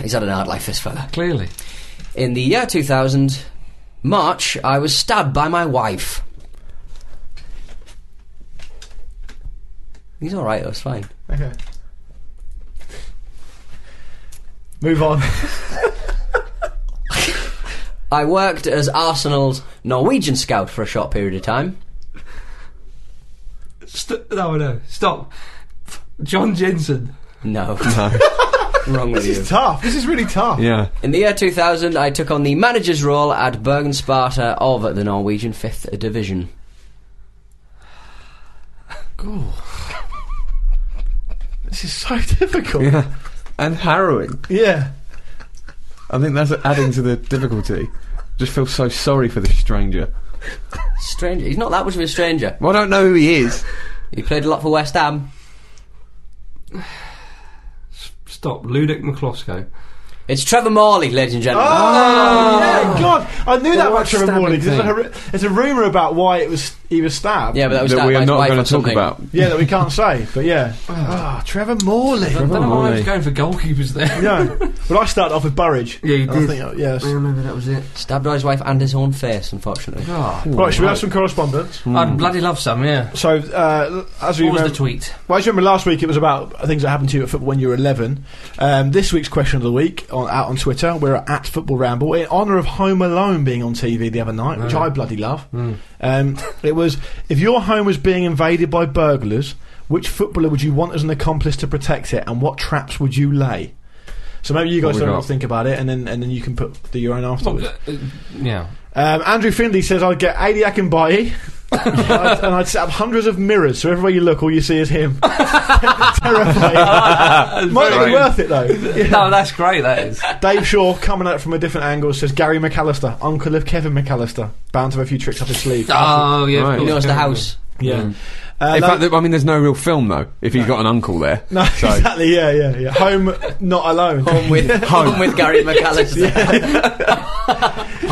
He's had an hard life, this fella. Clearly. In the year 2000, March, I was stabbed by my wife. He's alright, that's fine. Okay. Move *laughs* on. I worked as Arsenal's Norwegian scout for a short period of time. St- no, no. Stop. John Jensen. No. *laughs* Wrong with you. It's tough. This is really tough. Yeah. In the year 2000, I took on the manager's role at Bergen Sparta of the Norwegian 5th Division. This is so *laughs* difficult. Yeah. Yeah. And harrowing. I think that's adding to the difficulty. Just feel so sorry for this stranger. Stranger. He's not that much of a stranger. Well, I don't know who he is. He played a lot for West Ham. Stop. Ludek McClosco. It's Trevor Morley, ladies and gentlemen. Oh! yeah, God, I knew that much of a stabbing morning. There's a, thing. hor- there's a rumor about why it was he was stabbed. Yeah, but that was that stabbed we by are his not wife going or to talk something. about. yeah, that we can't say. But yeah, *laughs* ah, Trevor Morley. I don't know why I was Morley. going for goalkeepers *laughs* there. no, but I started off with Burridge. Yeah, you I did. Mm. think, uh, yes. remember that was it. Stabbed by his wife and his own face, unfortunately. Oh, Right, should we have some correspondence? *laughs* I'd bloody love some, yeah. So, uh, as we What was the remember, tweet? well, as you remember last week, it was about things that happened to you at football when you were 11. Um, this week's question of the week on, out on Twitter, we're at Football Ramble in honour of Home Alone being on TV the other night, Mm. which I bloody love. Um, it was if your home was being invaded by burglars, which footballer would you want as an accomplice to protect it, and what traps would you lay? So maybe you What guys we don't have got? to think about it, and then and then you can put do your own afterwards. Yeah. Um, Andrew Findley says I'd get Adi Akinbaye *laughs* and, I'd, and I'd set up hundreds of mirrors so everywhere you look, all you see is him. *laughs* *laughs* Terrifying. Might not be worth it though. Yeah. *laughs* No, that's great, that is. *laughs* Dave Shaw coming at it from a different angle says Gary McAllister, uncle of Kevin McAllister, bound to have a few tricks up his sleeve. Oh, yeah. of Right. He course. knows the house. yeah. Uh, Ah. In Lo- fact, I mean, there's no real film though. If he's got an uncle there, no, *laughs* exactly. Yeah, yeah, *laughs* yeah. Home, not alone. Home with *laughs* home with Gary McAllister.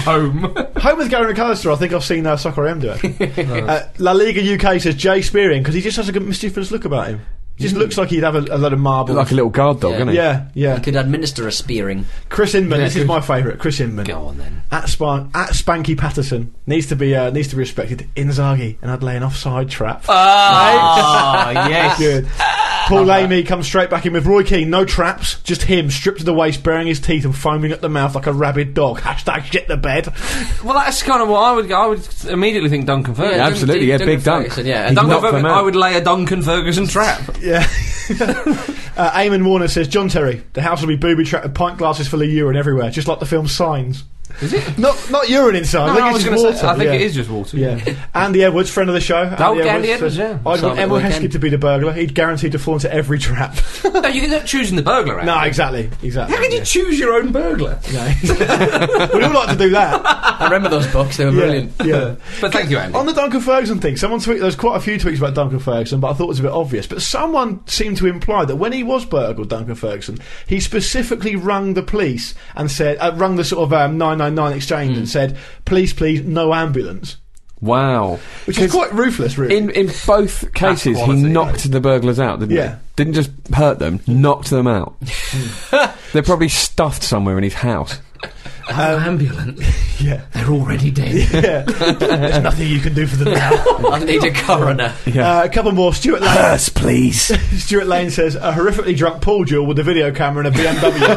Home. Home with Gary McAllister, I think I've seen uh, Soccer M do *laughs* it. uh, La Liga UK says Jay Spearing because he just has a good mischievous look about him. He just looks like he'd have a, a lot of marbles. Hmm. like a little guard dog, Yeah. isn't he? yeah, yeah. Could administer a spearing. Chris Inman, this is my favourite. Chris Inman Go on then. at Span at Spanky Patterson needs to be uh, needs to be respected. Inzaghi and I'd lay an offside trap. Ah, *laughs* yes. Ah. Good. Paul Lamy comes straight back in with Roy Keane. No traps, just him stripped to the waist, baring his teeth and foaming at the mouth like a rabid dog. Hashtag shit the bed. *laughs* Well, that's kind of what I would. I would immediately think Duncan Ferguson. Yeah, absolutely, yeah, big dunk. Ferguson, Yeah, He and Duncan knocked them Ferguson. out. I would lay a Duncan Ferguson trap. Yeah. *laughs* uh, Eamon Warner says, John Terry, the house will be booby trapped with pint glasses full of urine everywhere, just like the film Signs. Is it? Not not urine inside. No, I think I it's was just going to water. say. I think yeah. it is just water. Yeah. Andy Edwards, friend of the show. uh, Oh, Andy Edwards, yeah. I'd Silent want Emil Weekend. Heskey to be the burglar. He'd guaranteed to fall into *laughs* every trap. *laughs* no, you're not choosing the burglar. no, Andy. exactly. Exactly. How can you choose your own burglar? *laughs* No. *laughs* We'd all like to do that. I remember those books. They were Yeah, brilliant. Yeah. *laughs* But thank you, Andy. On the Duncan Ferguson thing, someone tweeted, there's quite a few tweets about Duncan Ferguson, but I thought it was a bit obvious. But someone seemed to imply that when he was burgled, Duncan Ferguson, he specifically rung the police and said, uh, rung the sort of um, 999 exchange Hmm. and said, please, please, no ambulance. Wow. Which is quite ruthless, really. In in both cases, he quality, knocked the burglars out, didn't Yeah. he? Didn't just hurt them, knocked them out. They're probably stuffed somewhere in his house. ambulance. yeah. They're already dead. yeah. *laughs* There's nothing you can do for them now. I need a coroner. Uh, a couple more. Stuart Lane. *laughs* please. Stuart Lane says a horrifically drunk pool duel with a video camera and a *laughs* BMW.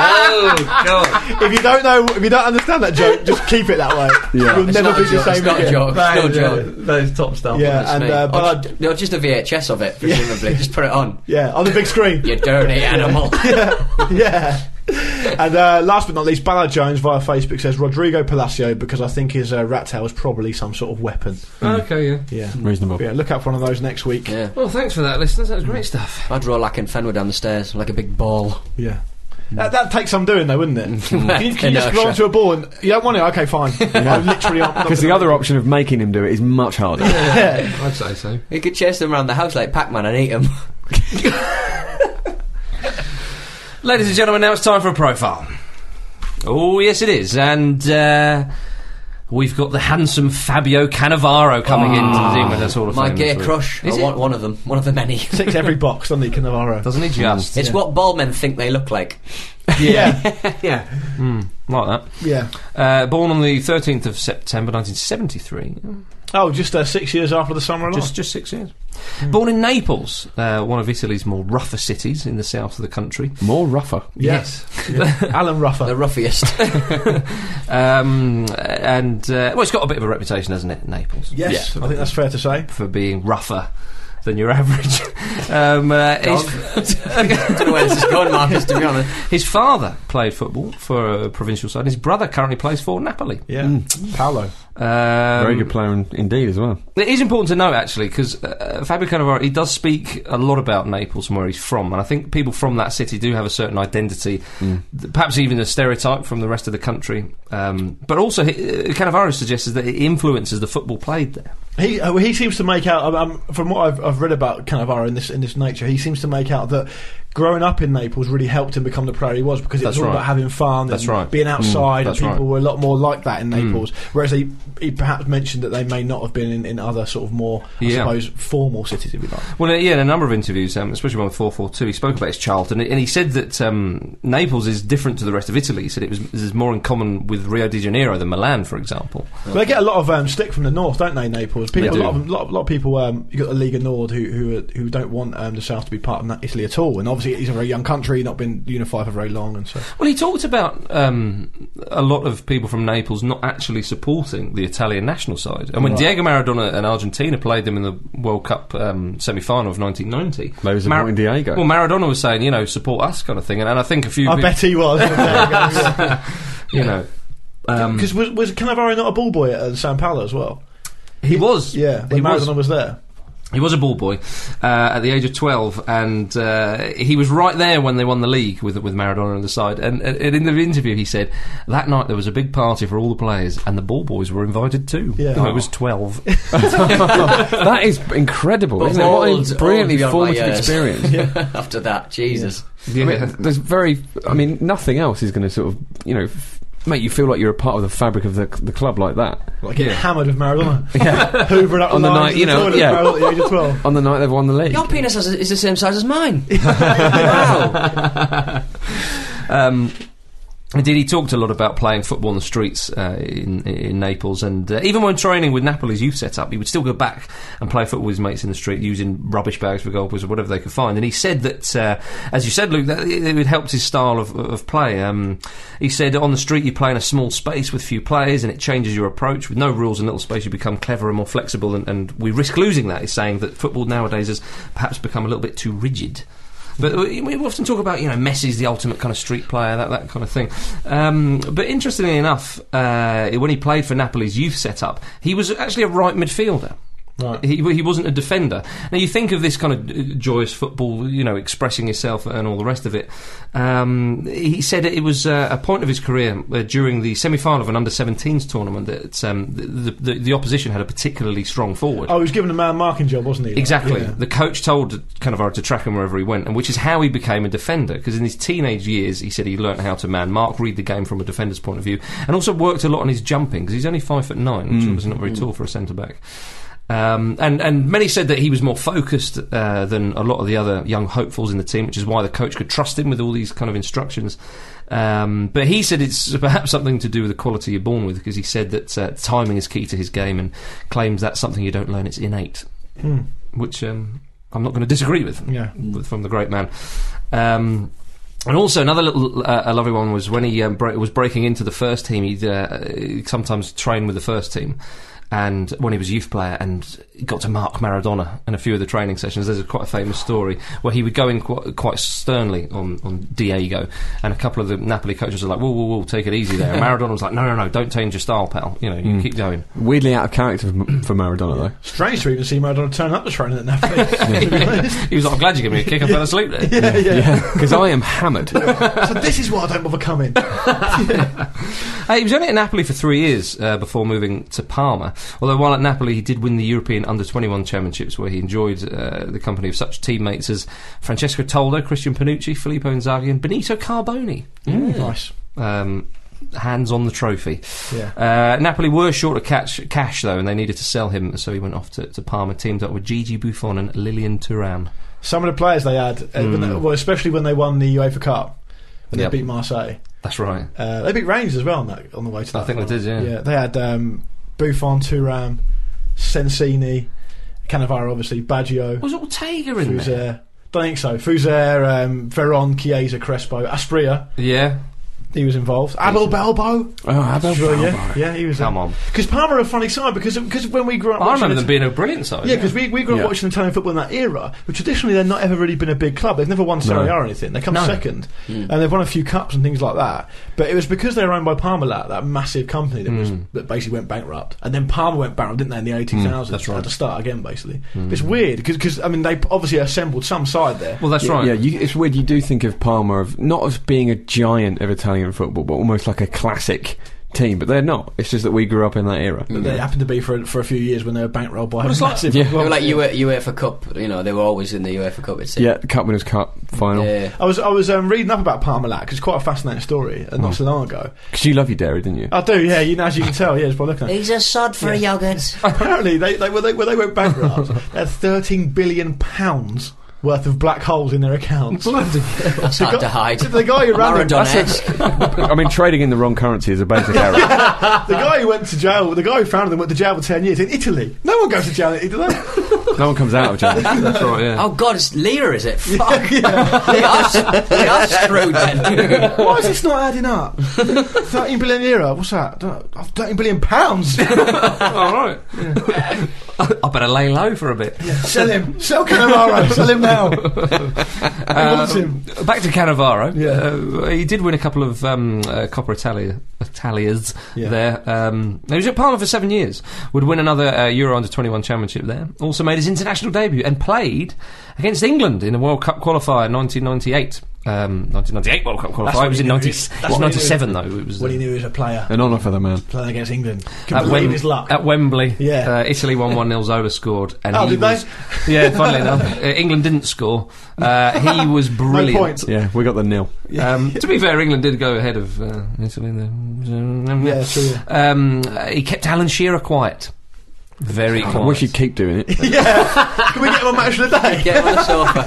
Oh God! if you don't know, if you don't understand that joke, just keep it that way. Yeah. You'll It's never not be a the joke, same it's not a again. joke, it's not a joke. Those top stuff. Yeah, and uh, Or but ju- no, just a VHS of it, presumably. Just put it on. yeah, on the big screen. You dirty animal. *laughs* yeah. And uh, last but not least, Ballard Jones via Facebook says Rodrigo Palacio because I think his uh, rat tail is probably some sort of weapon. Okay, yeah. Yeah. Reasonable. Yeah, look out for one of those next week. Mm. yeah. Well, thanks for that, listeners. That was great stuff. I'd roll like in Fenway down the stairs, like a big ball. Yeah. That, that takes some doing, though, wouldn't *laughs* it? can you, can you just Inertia. roll to a ball and you don't want it? Okay, *laughs* fine. I literally aren't- not Because the gonna- other option of making him do it is much harder. I'd say so. You could chase them around the house like Pac Man and eat them. Ladies and gentlemen, now it's time for a profile. Oh, yes, it is. And uh, we've got the handsome Fabio Cannavaro coming in to the with us all of My Fame gay this week. crush. Is I it? want one of them. One of the *laughs* many. Ticks every box, doesn't he, Cannavaro? *laughs* Doesn't he just? It's what ball men think they look like. *laughs* Yeah, Like yeah. that. Uh, born on the 13th of September 1973. Oh, just uh, six years after the summer of Just, just six years. Hmm. Born in Naples, uh, one of Italy's more rougher cities in the south of the country. More rougher. Yes. Alan The Ruffer. *laughs* roughiest. Um, and, uh, well, it's got a bit of a reputation, hasn't it, Naples? *laughs* Yes, I think that's fair to say. for being rougher than your average. *laughs* um, uh, his, *laughs* don't know where this is going, Marcus, to be honest. his father played football for a provincial side. His brother currently plays for Napoli. Yeah, Paolo. Um, Very good player in- indeed as well. It is important to know actually because uh, Fabio Cannavaro he does speak a lot about Naples and where he's from, and I think people from that city do have a certain identity, th- perhaps even a stereotype from the rest of the country. Um, but also, he, uh, Cannavaro suggests that it influences the football played there. He uh, he seems to make out um, um, from what I've, I've read about Cannavaro in this in this nature. He seems to make out that growing up in Naples really helped him become the player he was because it That's was all right. about having fun. That's and right. Mm, Being outside, and that's people right. Mm. were a lot more like that in Naples. Whereas he he perhaps mentioned that they may not have been in, in other sort of more I Yeah. suppose formal cities, if you like. Well, uh, yeah, in a number of interviews, um, especially one with 442, he spoke about his childhood, and, and he said that um, Naples is different to the rest of Italy. He said it was this is more in common with Rio de Janeiro than Milan, for example. Well, they get a lot of um, stick from the north, don't they? Naples. People, They A lot do. of, lot, lot of people. Um, you got the Liga Nord who who, are, who don't want um, the south to be part of Na- Italy at all. And obviously, it's a very young country, not been unified for very long, and so. Well, he talked about um, a lot of people from Naples not actually supporting the Italian national side. And when Right. Diego Maradona and Argentina played them in the World Cup um, semi final of 1990, They were supporting Diego. Well, Maradona was saying, you know, support us kind of thing. And, and I think a few I peop- bet he was. Because you know. Um, was, was Cannavaro not a ball boy at uh, San Paolo as well? he was. Yeah, he when was. Maradona was there. He was a ball boy uh, at the age of 12, and uh, he was right there when they won the league with with Maradona on the side. And, and in the interview, he said that night there was a big party for all the players, and the ball boys were invited too. Yeah. I was 12. that is incredible. But Isn't it? What a old- brilliantly old beyond my formative years. experience. *laughs* After that, Jesus. I mean, uh, there's very. I mean, nothing else is going to sort of, you know, f- make you feel like you're a part of the fabric of the, the club like that. Like getting hammered with Maradona. Hoovering up On the lines night, you in the know, toilet with Maradona at yeah. the age of 12. On the night they've won the league. Your penis is, is the same size *laughs* as mine. wow. Um, Indeed, he talked a lot about playing football on the streets uh, in, in Naples, and uh, even when training with Napoli's youth setup, he would still go back and play football with his mates in the street, using rubbish bags for goalposts or whatever they could find. And he said that, uh, as you said, Luke, that it, it helped his style of, of play. Um, he said on the street you play in a small space with few players, and it changes your approach. With no rules and little space, you become cleverer and more flexible, and, and we risk losing that. He's saying that football nowadays has perhaps become a little bit too rigid. But we we often talk about, you know, Messi's the ultimate kind of street player, that, that kind of thing. Um, but interestingly enough, uh, when he played for Napoli's youth setup, he was actually a right midfielder. Right. He, he wasn't a defender. Now you think of this kind of uh, joyous football, you know, expressing yourself and all the rest of it. Um, he said it was uh, a point of his career uh, during the semi-final of an under-17s tournament that um, the, the, the opposition had a particularly strong forward. Oh, he was given a man marking job, wasn't he? Like, Exactly. yeah. The coach told Cannavaro to track him wherever he went, and which is how he became a defender. Because in his teenage years, he said he learnt how to man mark, read the game from a defender's point of view, and also worked a lot on his jumping because he's only five foot nine, Mm. which is not very tall for a centre back. Um, and and many said that he was more focused uh, than a lot of the other young hopefuls in the team, which is why the coach could trust him with all these kind of instructions. Um, but he said it's perhaps something to do with the quality you're born with, because he said that uh, timing is key to his game, and claims that's something you don't learn; it's innate Hmm. which um, I'm not going to disagree with Yeah. with- from the great man. Um, and also another little uh, a lovely one was when he um, bre- was breaking into the first team. He'd uh, he'd sometimes train with the first team, and when he was a youth player, and he got to mark Maradona in a few of the training sessions. There's a quite a famous story where he would go in quite, quite sternly on, on Diego, and a couple of the Napoli coaches were like, "Whoa, whoa, whoa, take it easy there." And Maradona was like, "No, no, no, don't change your style, pal. You know, you Mm. keep going." *laughs* Weirdly out of character for, for Maradona, though. *laughs* Strange to even see Maradona turn up to training at Napoli. to be honest. he was like, "I'm glad you gave me a kick. I fell asleep *laughs* there." Yeah, yeah. *laughs* Because I am hammered. So this is why I don't bother coming. Uh, he was only at Napoli for three years uh, before moving to Parma. Although while at Napoli, he did win the European Under 21 Championships, where he enjoyed uh, the company of such teammates as Francesco Toldo, Christian Panucci, Filippo Inzaghi, and Benito Carboni. Nice. Um, hands on the trophy. Mm. Yeah. Uh, Napoli were short of catch, cash, though, and they needed to sell him, so he went off to, to Parma, teamed up with Gigi Buffon and Lillian Thuram. Some of the players they had, uh, when they- well, especially when they won the UEFA Cup, when Yep. they beat Marseille. That's right. Uh, they beat Rangers as well on, that, on the way to that. I think they final. did, yeah. Yeah, they had um, Buffon, Turam, Sensini, Cannavaro, obviously, Baggio, Was Ortega in there? Fuser. Don't think so. Fuser, um, Veron, Chiesa, Crespo, Aspria. Yeah. He was involved. Abel Balbo. Oh, how about Sure, yeah, yeah, he was. Come on. Because Palmer are a funny side because because when we grew up, I watching remember it- them being a brilliant side. Yeah, because we, we grew up Yeah. watching Italian football in that era, but traditionally they've not ever really been a big club. They've never won Serie No. A or anything. They come No. Hmm. second, Mm. and they've won a few cups and things like that. But it was because they were owned by Parmalat, that massive company that was Mm. that basically went bankrupt, and then Parma went bankrupt, didn't they? In the eighteen thousands, that's right. had to start again basically. But It's weird because I mean they obviously assembled some side there. Well, that's yeah, right. Yeah, you, it's weird. You do think of Parma of not as being a giant of Italian football, but almost like a classic team. But they're not. It's just that we grew up in that era. But They happened to be for for a few years when they were bankrolled by Well, it's like- massive. Yeah. They were like UEFA, UEFA Cup, you know, they were always in the UEFA Cup, it's Yeah, Cup Winners' Cup final. Yeah. I was I was um, reading up about Parmalat because it's quite a fascinating story, and not so long ago. Because you love your dairy, didn't you? I do, yeah. You know, as you can tell, yeah, it's by looking at. it. He's a sod for a *laughs* yogurt. Apparently, they, they, when, they, when they went bankrupt, they had 13 billion pounds worth of black holes in their accounts. That's hard to hide. The guy who ran them, Maradona. *laughs* I mean, trading in the wrong currency is a basic *laughs* error. the guy who went to jail, the guy who founded them went to jail for 10 years in Italy. No one goes to jail in Italy. no one comes out of jail. That's right, yeah. *laughs* Oh God, it's Lear, *laughs* is it? Fuck. they, are, s- they are *laughs* screwed then. Why is this not adding up? 13 billion euro, what's that? Don't- oh, 13 billion pounds. All right. *laughs* I better lay low for a bit. Sell him. Sell Cannavaro. Sell him now. I want him. Back to Cannavaro. Yeah. Uh, he did win a couple of um, uh, Coppa Italia, Italias Yeah. there. Um, he was at Parma for seven years. Would win another uh, Euro Under 21 Championship there. Also made his international debut and played against England in the World Cup qualifier in 1998. Um, 1998 World Cup qualifier. It was in 90, it was 97 though. It was What uh, he knew as a player An honour for the man. playing against England. at, Could believe Wem- his luck. at Wembley. Yeah. Uh, Italy won 1 0, Zola scored. And Oh, he did was, they? Yeah, funnily enough. Uh, England didn't score. Uh, he was brilliant. *laughs* No points. Yeah, we got the nil. Um, to be fair, England did go ahead of uh, Italy. There. Yeah, true. yeah. Um, uh, he kept Alan Shearer quiet. Very I quiet. wish you'd keep doing *laughs* it. yeah. Can we get him on match of the *laughs* day? Get on the sofa.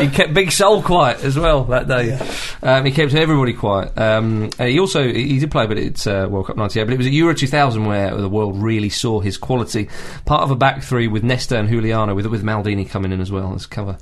he kept Big Soul quiet as well that day. Um, he kept everybody quiet. Um, uh, he also he he did play, but it's uh, World Cup '98. But it was at Euro 2000 where the world really saw his quality. Part of a back three with Nesta and Juliano, with with Maldini coming in as well as cover.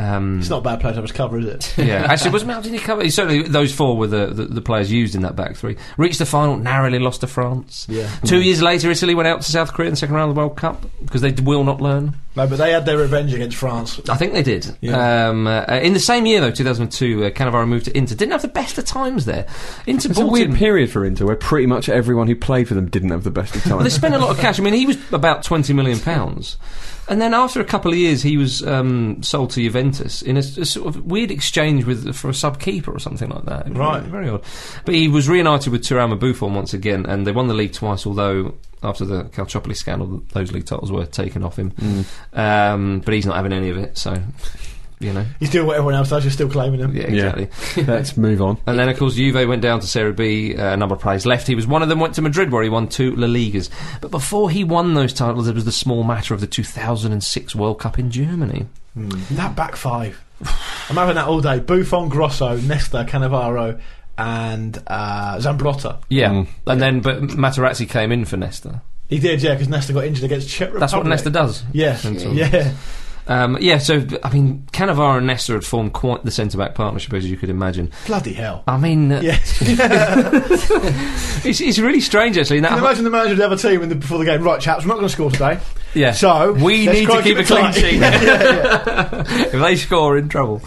Um, It's not a bad place to have his cover, is it? yeah, *laughs* actually, was Maldini cover? He certainly those four were the, the, the players used in that back three. Reached the final, narrowly lost to France. Yeah. Two years later, Italy went out to South Korea in the second round of the World Cup because they d- will not learn. No, but they had their revenge against France. I think they did. Um, uh, in the same year, though, 2002, uh, Cannavaro moved to Inter. Didn't have the best of times there. Inter It's a bought weird him- period for Inter where pretty much everyone who played for them didn't have the *laughs* best of Well, they times. spent a lot of cash. I mean, he was about twenty million pounds, and then after a couple of years, he was um, sold to Juventus in a, s- a sort of weird exchange with for a sub keeper or something like that. It was Right. very odd. But he was reunited with Tirama Buffon once again, and they won the league twice. Although after the Calciopoli scandal, those league titles were taken off him. Mm. *laughs* Um, but he's not having any of it, so you know, He's doing what everyone else does. You're still claiming him. yeah, Yeah. exactly. Let's move on. And then, of course, Juve went down to Serie B. Uh, a number of players left. He was one of them. Went to Madrid, where he won two La Ligas. But before he won those titles, there was the small matter of the 2006 World Cup in Germany. That back five. I'm having that all day. Buffon, Grosso, Nesta, Cannavaro, and uh, Zambrotta. Yeah, Mm. and then but Materazzi came in for Nesta. He did, yeah, because Nesta got injured against Czech Republic. That's what Nesta does. Yeah, Mental. yeah. Um, yeah, so I mean, Cannavaro and Nesta had formed quite the centre back partnership, as you could imagine. Bloody hell. I mean, *laughs* uh, Yeah. Can it's, it's really strange actually. in That you imagine the manager of the other team in the, before the game? Right, chaps, we're not going to score today. yeah, So we let's need try to and keep a it clean tight. sheet. *laughs* yeah, yeah, if they score, in *laughs* trouble.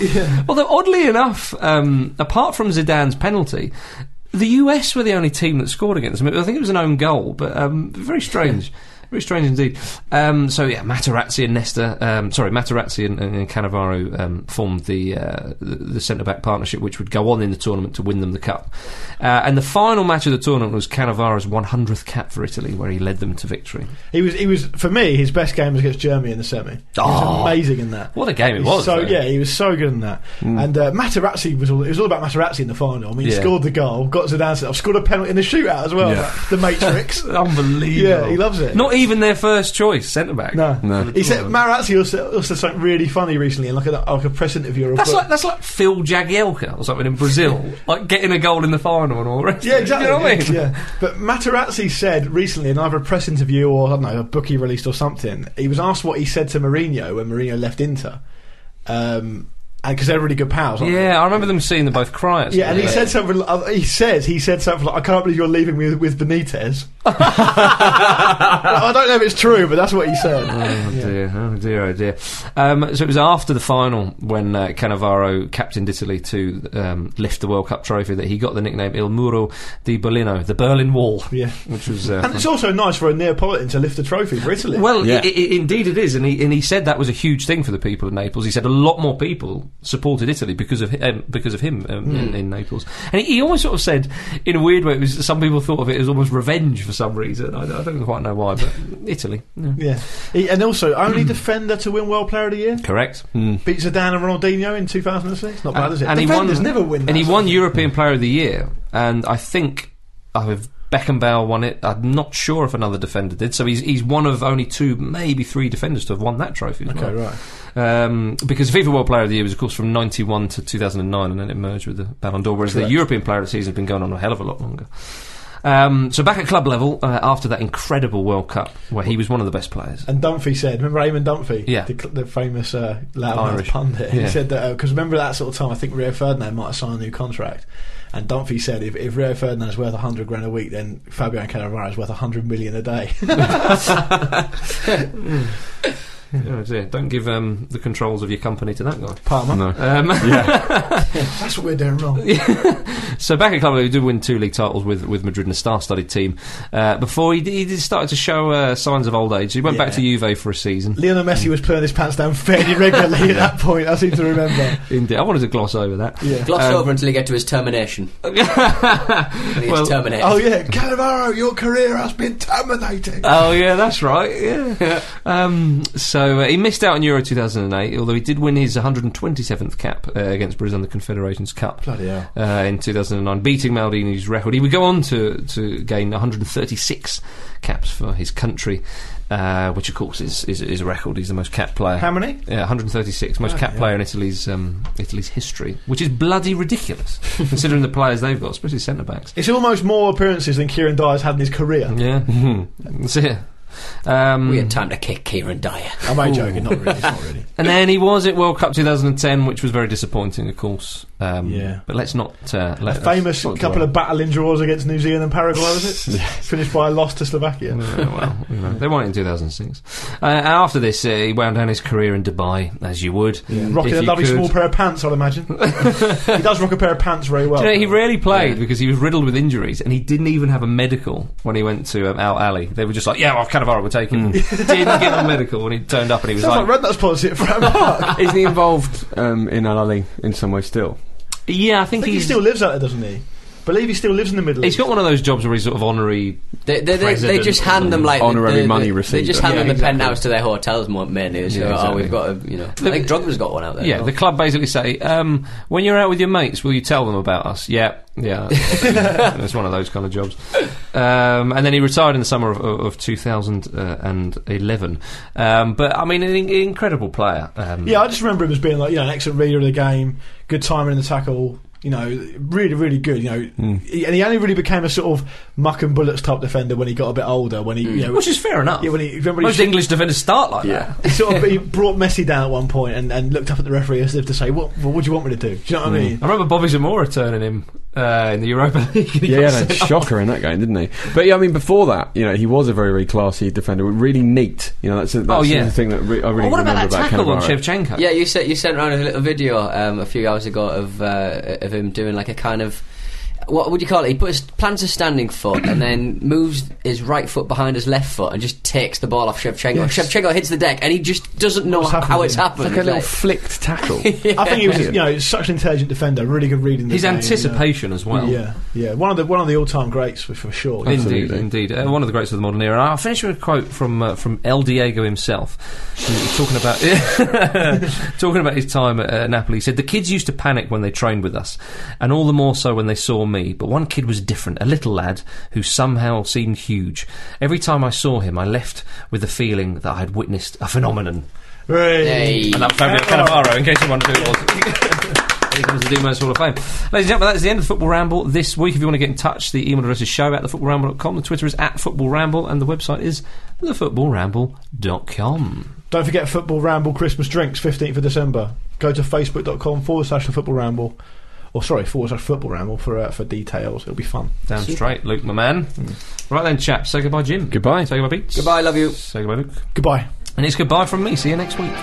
Although, oddly enough, um, apart from Zidane's penalty, the US were the only team that scored against them. I think it was an own goal, but um, very strange. Very strange indeed. Um, so yeah, Materazzi and Nesta, um, sorry, Materazzi and, and Cannavaro um, formed the uh, the, the centre back partnership, which would go on in the tournament to win them the cup. Uh, and the final match of the tournament was Cannavaro's 100th cap for Italy, where he led them to victory. yeah. He was, he was for me, his best game was against Germany in the semi. He was Oh. amazing in that. What a game it He's was! So though. yeah, he was so good in that. And uh, Materazzi was all. It was all about Materazzi in the final. I mean, he Mm. Yeah. scored the goal, got Zidane. set up, scored a penalty in the shootout as well. Yeah. The *laughs* Matrix. unbelievable. yeah, he loves it. Not even their first choice centre back. no. No. He said Materazzi also, also said something really funny recently in like a, like a press interview. Or a That's book. like that's like Phil Jagielka or something in Brazil, *laughs* like getting a goal in the final and all the rest. Yeah, of it. exactly. You know what I mean? Yeah. But Materazzi said recently in either a press interview or I don't know a book he released or something, he was asked what he said to Mourinho when Mourinho left Inter, um, and because they're really good pals. Aren't Yeah, I remember them seeing them both cry. They? Actually. Yeah, and he said something. li- uh, He says he said something like, "I can't believe you're leaving me with, with Benitez." *laughs* I don't know if it's true, but that's what he said. *laughs* Oh dear, oh dear, oh dear. Um, so it was after the final when uh, Cannavaro captained Italy to um, lift the World Cup trophy that he got the nickname Il Muro di Berlino, the Berlin Wall, Yeah, which was. Uh, and it's also nice for a Neapolitan to lift the trophy for Italy. Well, Yeah. i- i- indeed it is, and he and he said that was a huge thing for the people of Naples. He said a lot more people supported Italy because of hi- um, because of him um, in, in Naples, and he, he almost sort of said in a weird way. It was, some people thought of it as almost revenge for some reason. I, don't- I don't quite know why, but *laughs* Italy, yeah. yeah, he, and also only defender to win World Player of the Year. correct. Hmm. Beat Zidane and Ronaldinho in 2006. Not bad, is it? Mm. And he won- Defenders never win. That And he sort won of thing. European Player of the Year, and I think uh, if Beckenbauer won it. I'm not sure if another defender did. So he's he's one of only two, maybe three defenders to have won that trophy. as well. Okay, right. Um, because FIFA World Player of the Year was, of course, from 91 to 2009, and then it merged with the Ballon d'Or, whereas the European Player of the Season has been going on a hell of a lot longer. Um, so back at club level, uh, after that incredible World Cup where he was one of the best players. And Dunphy said, remember Eamon Dunphy? Yeah. The, the famous uh, loudmouth Irish. pundit. Yeah. He said that, because remember that sort of time, I think Rio Ferdinand might have signed a new contract. And Dunphy said, if, if Rio Ferdinand's worth 100 grand a week, then Fabian Cannavaro is worth 100 million a day. *laughs* Oh dear. Don't give um, the controls of your company to that guy. Palmer. *laughs* No. Um, That's what we're doing wrong. So back at Club, Level, he did win two league titles with, with Madrid and a star-studded team. Uh, before he, did, he did started to show uh, signs of old age. He went back to Juve for a season. Lionel Messi was pulling his pants down fairly regularly at that point, I seem to remember. Indeed, I wanted to gloss over that. Yeah. Gloss Um, over until you get to his termination. *laughs* Until he Well- gets terminated. Oh, yeah, Cannavaro, your career has been terminated. Oh yeah, that's right. Yeah. um, so uh, he missed out on Euro 2008, although he did win his 127th cap uh, against Brazil in the Confederations Cup. Bloody hell. uh, in 2009, beating Maldini's record. He would go on to, to gain 136 caps for his country, uh, which, of course, is, is, is a record. He's the most capped player. How many? Yeah, 136, most capped player in Italy's um, Italy's history, which is bloody ridiculous, *laughs* considering the players they've got, especially centre backs. It's almost more appearances than Kieran Dyer's had in *laughs* his career. Yeah, *laughs* that's it. Um, We had time to kick Kieran Dyer. Am I joking? Not really. Not really. And then he was at World Cup 2010, which was very disappointing, of course. Um, Yeah. But let's not. Uh, let us Famous not couple dwell. of battling draws against New Zealand and Paraguay, *laughs* was it? Finished by a loss to Slovakia. Yeah, *laughs* well, you *laughs* know, they won it in 2006. Uh, and after this, uh, he wound down his career in Dubai, as you would. if Rocking you a lovely could. small pair of pants, *laughs* I'd imagine. he does rock a pair of pants very well. Do you know, he rarely played because he was riddled with injuries, and he didn't even have a medical when he went to um, Al Ali. They were just like, "Yeah, well, Cannavaro, we'll take him." *laughs* didn't give him a medical when he turned up, and he was Mm. Sounds like, like Redknapp's policy *laughs* at Fram Park. I Isn't he involved um, in Al Ali in some way still? "Yeah, I think, think he he's still lives out there, doesn't he? Believe he still lives in the Middle he's East. got one of those jobs where he's sort of honorary." They, they, they, they President just hand them like the- Honorary the- the- money They receiver. just hand them Yeah, the exactly. penthouse to their hotels more mainly. So, Yeah, Oh, exactly. we've got a you know. Look, I think Drogba's got one out there. Yeah, the club basically say, um, "When you're out with your mates, will you tell them about us?" Yeah, *laughs* yeah, it's one of those kind of jobs. Um, and then he retired in the summer of, of, of 2011. Um, but I mean, an in- incredible player. Um, Yeah, I just remember him as being like you know an excellent reader of the game, good timing in the tackle. You know, really, really good. You know, Hmm. He- and he only really became a sort of muck and bullets type defender when he got a bit older. When he, you know, Hmm. which is fair enough. yeah, when he remember Most he, English defenders start like yeah, he sort of he brought Messi down at one point and, and looked up at the referee as if to say, "What, well, what do you want me to do?" Do you know what I mean? that. I remember Bobby Zamora turning him uh, in the Europa League. and he got Yeah, yeah, sent had a off. shocker in that game, didn't he? But yeah, I mean, before that, you know, he was a very, very classy defender, really neat. You know, that's, that's Oh, yeah. the thing that re- I really Oh, what about remember that tackle on Cannavaro. Shevchenko? Yeah, you sent you sent around a little video um, a few hours ago of uh, of him doing like a kind of what would you call it? He puts plants a standing foot and then moves his right foot behind his left foot and just takes the ball off Shevchenko. Yes. Shevchenko hits the deck and he just doesn't know What's how, happened it's there? happened. Like a little Like, flicked *laughs* tackle. I think he was, you know, such an intelligent defender, really good reading. the His game, you know. anticipation as well. Yeah, yeah, one of the one of the all time greats for, for sure. Indeed, indeed. Uh, one of the greats of the modern era. I'll finish with a quote from uh, from El Diego himself, who- talking about *laughs* talking about his time at uh, Napoli. He said the kids used to panic when they trained with us, and all the more so when they saw me. But one kid was different, a little lad who somehow seemed huge. Every time I saw him, I left with the feeling that I had witnessed a phenomenon. Right. Hey. And that was Fabio Cannavaro, in case you wondered who it was. *laughs* Here comes the Dumas Hall of Fame. Ladies and gentlemen, that is the end of the Football Ramble this week. If you want to get in touch, the email address is show at thefootballramble.com, the Twitter is at footballramble, and the website is thefootballramble.com. Don't forget Football Ramble Christmas drinks, 15th of December. Go to facebook.com forward slash the football ramble, or sorry, forward slash football ramble for, uh, for details. It'll be fun. Down straight, Luke, my man. Right then, chaps, say goodbye, Jim. Goodbye. Say goodbye, Pete. Goodbye, love you. Say goodbye, Luke. Goodbye. And it's goodbye from me. See you next week.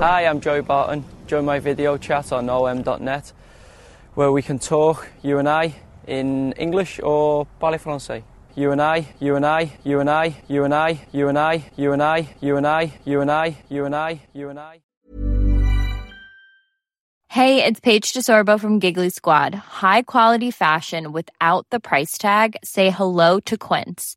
Hi, I'm Joe Barton. Join my video chat on om.net where we can talk, you and I, in English or parler français. You and I, you and I, you and I, you and I, you and I, you and I, you and I, you and I, you and I, you and I. Hey, it's Paige DeSorbo from Giggly Squad. High quality fashion without the price tag. Say hello to Quince.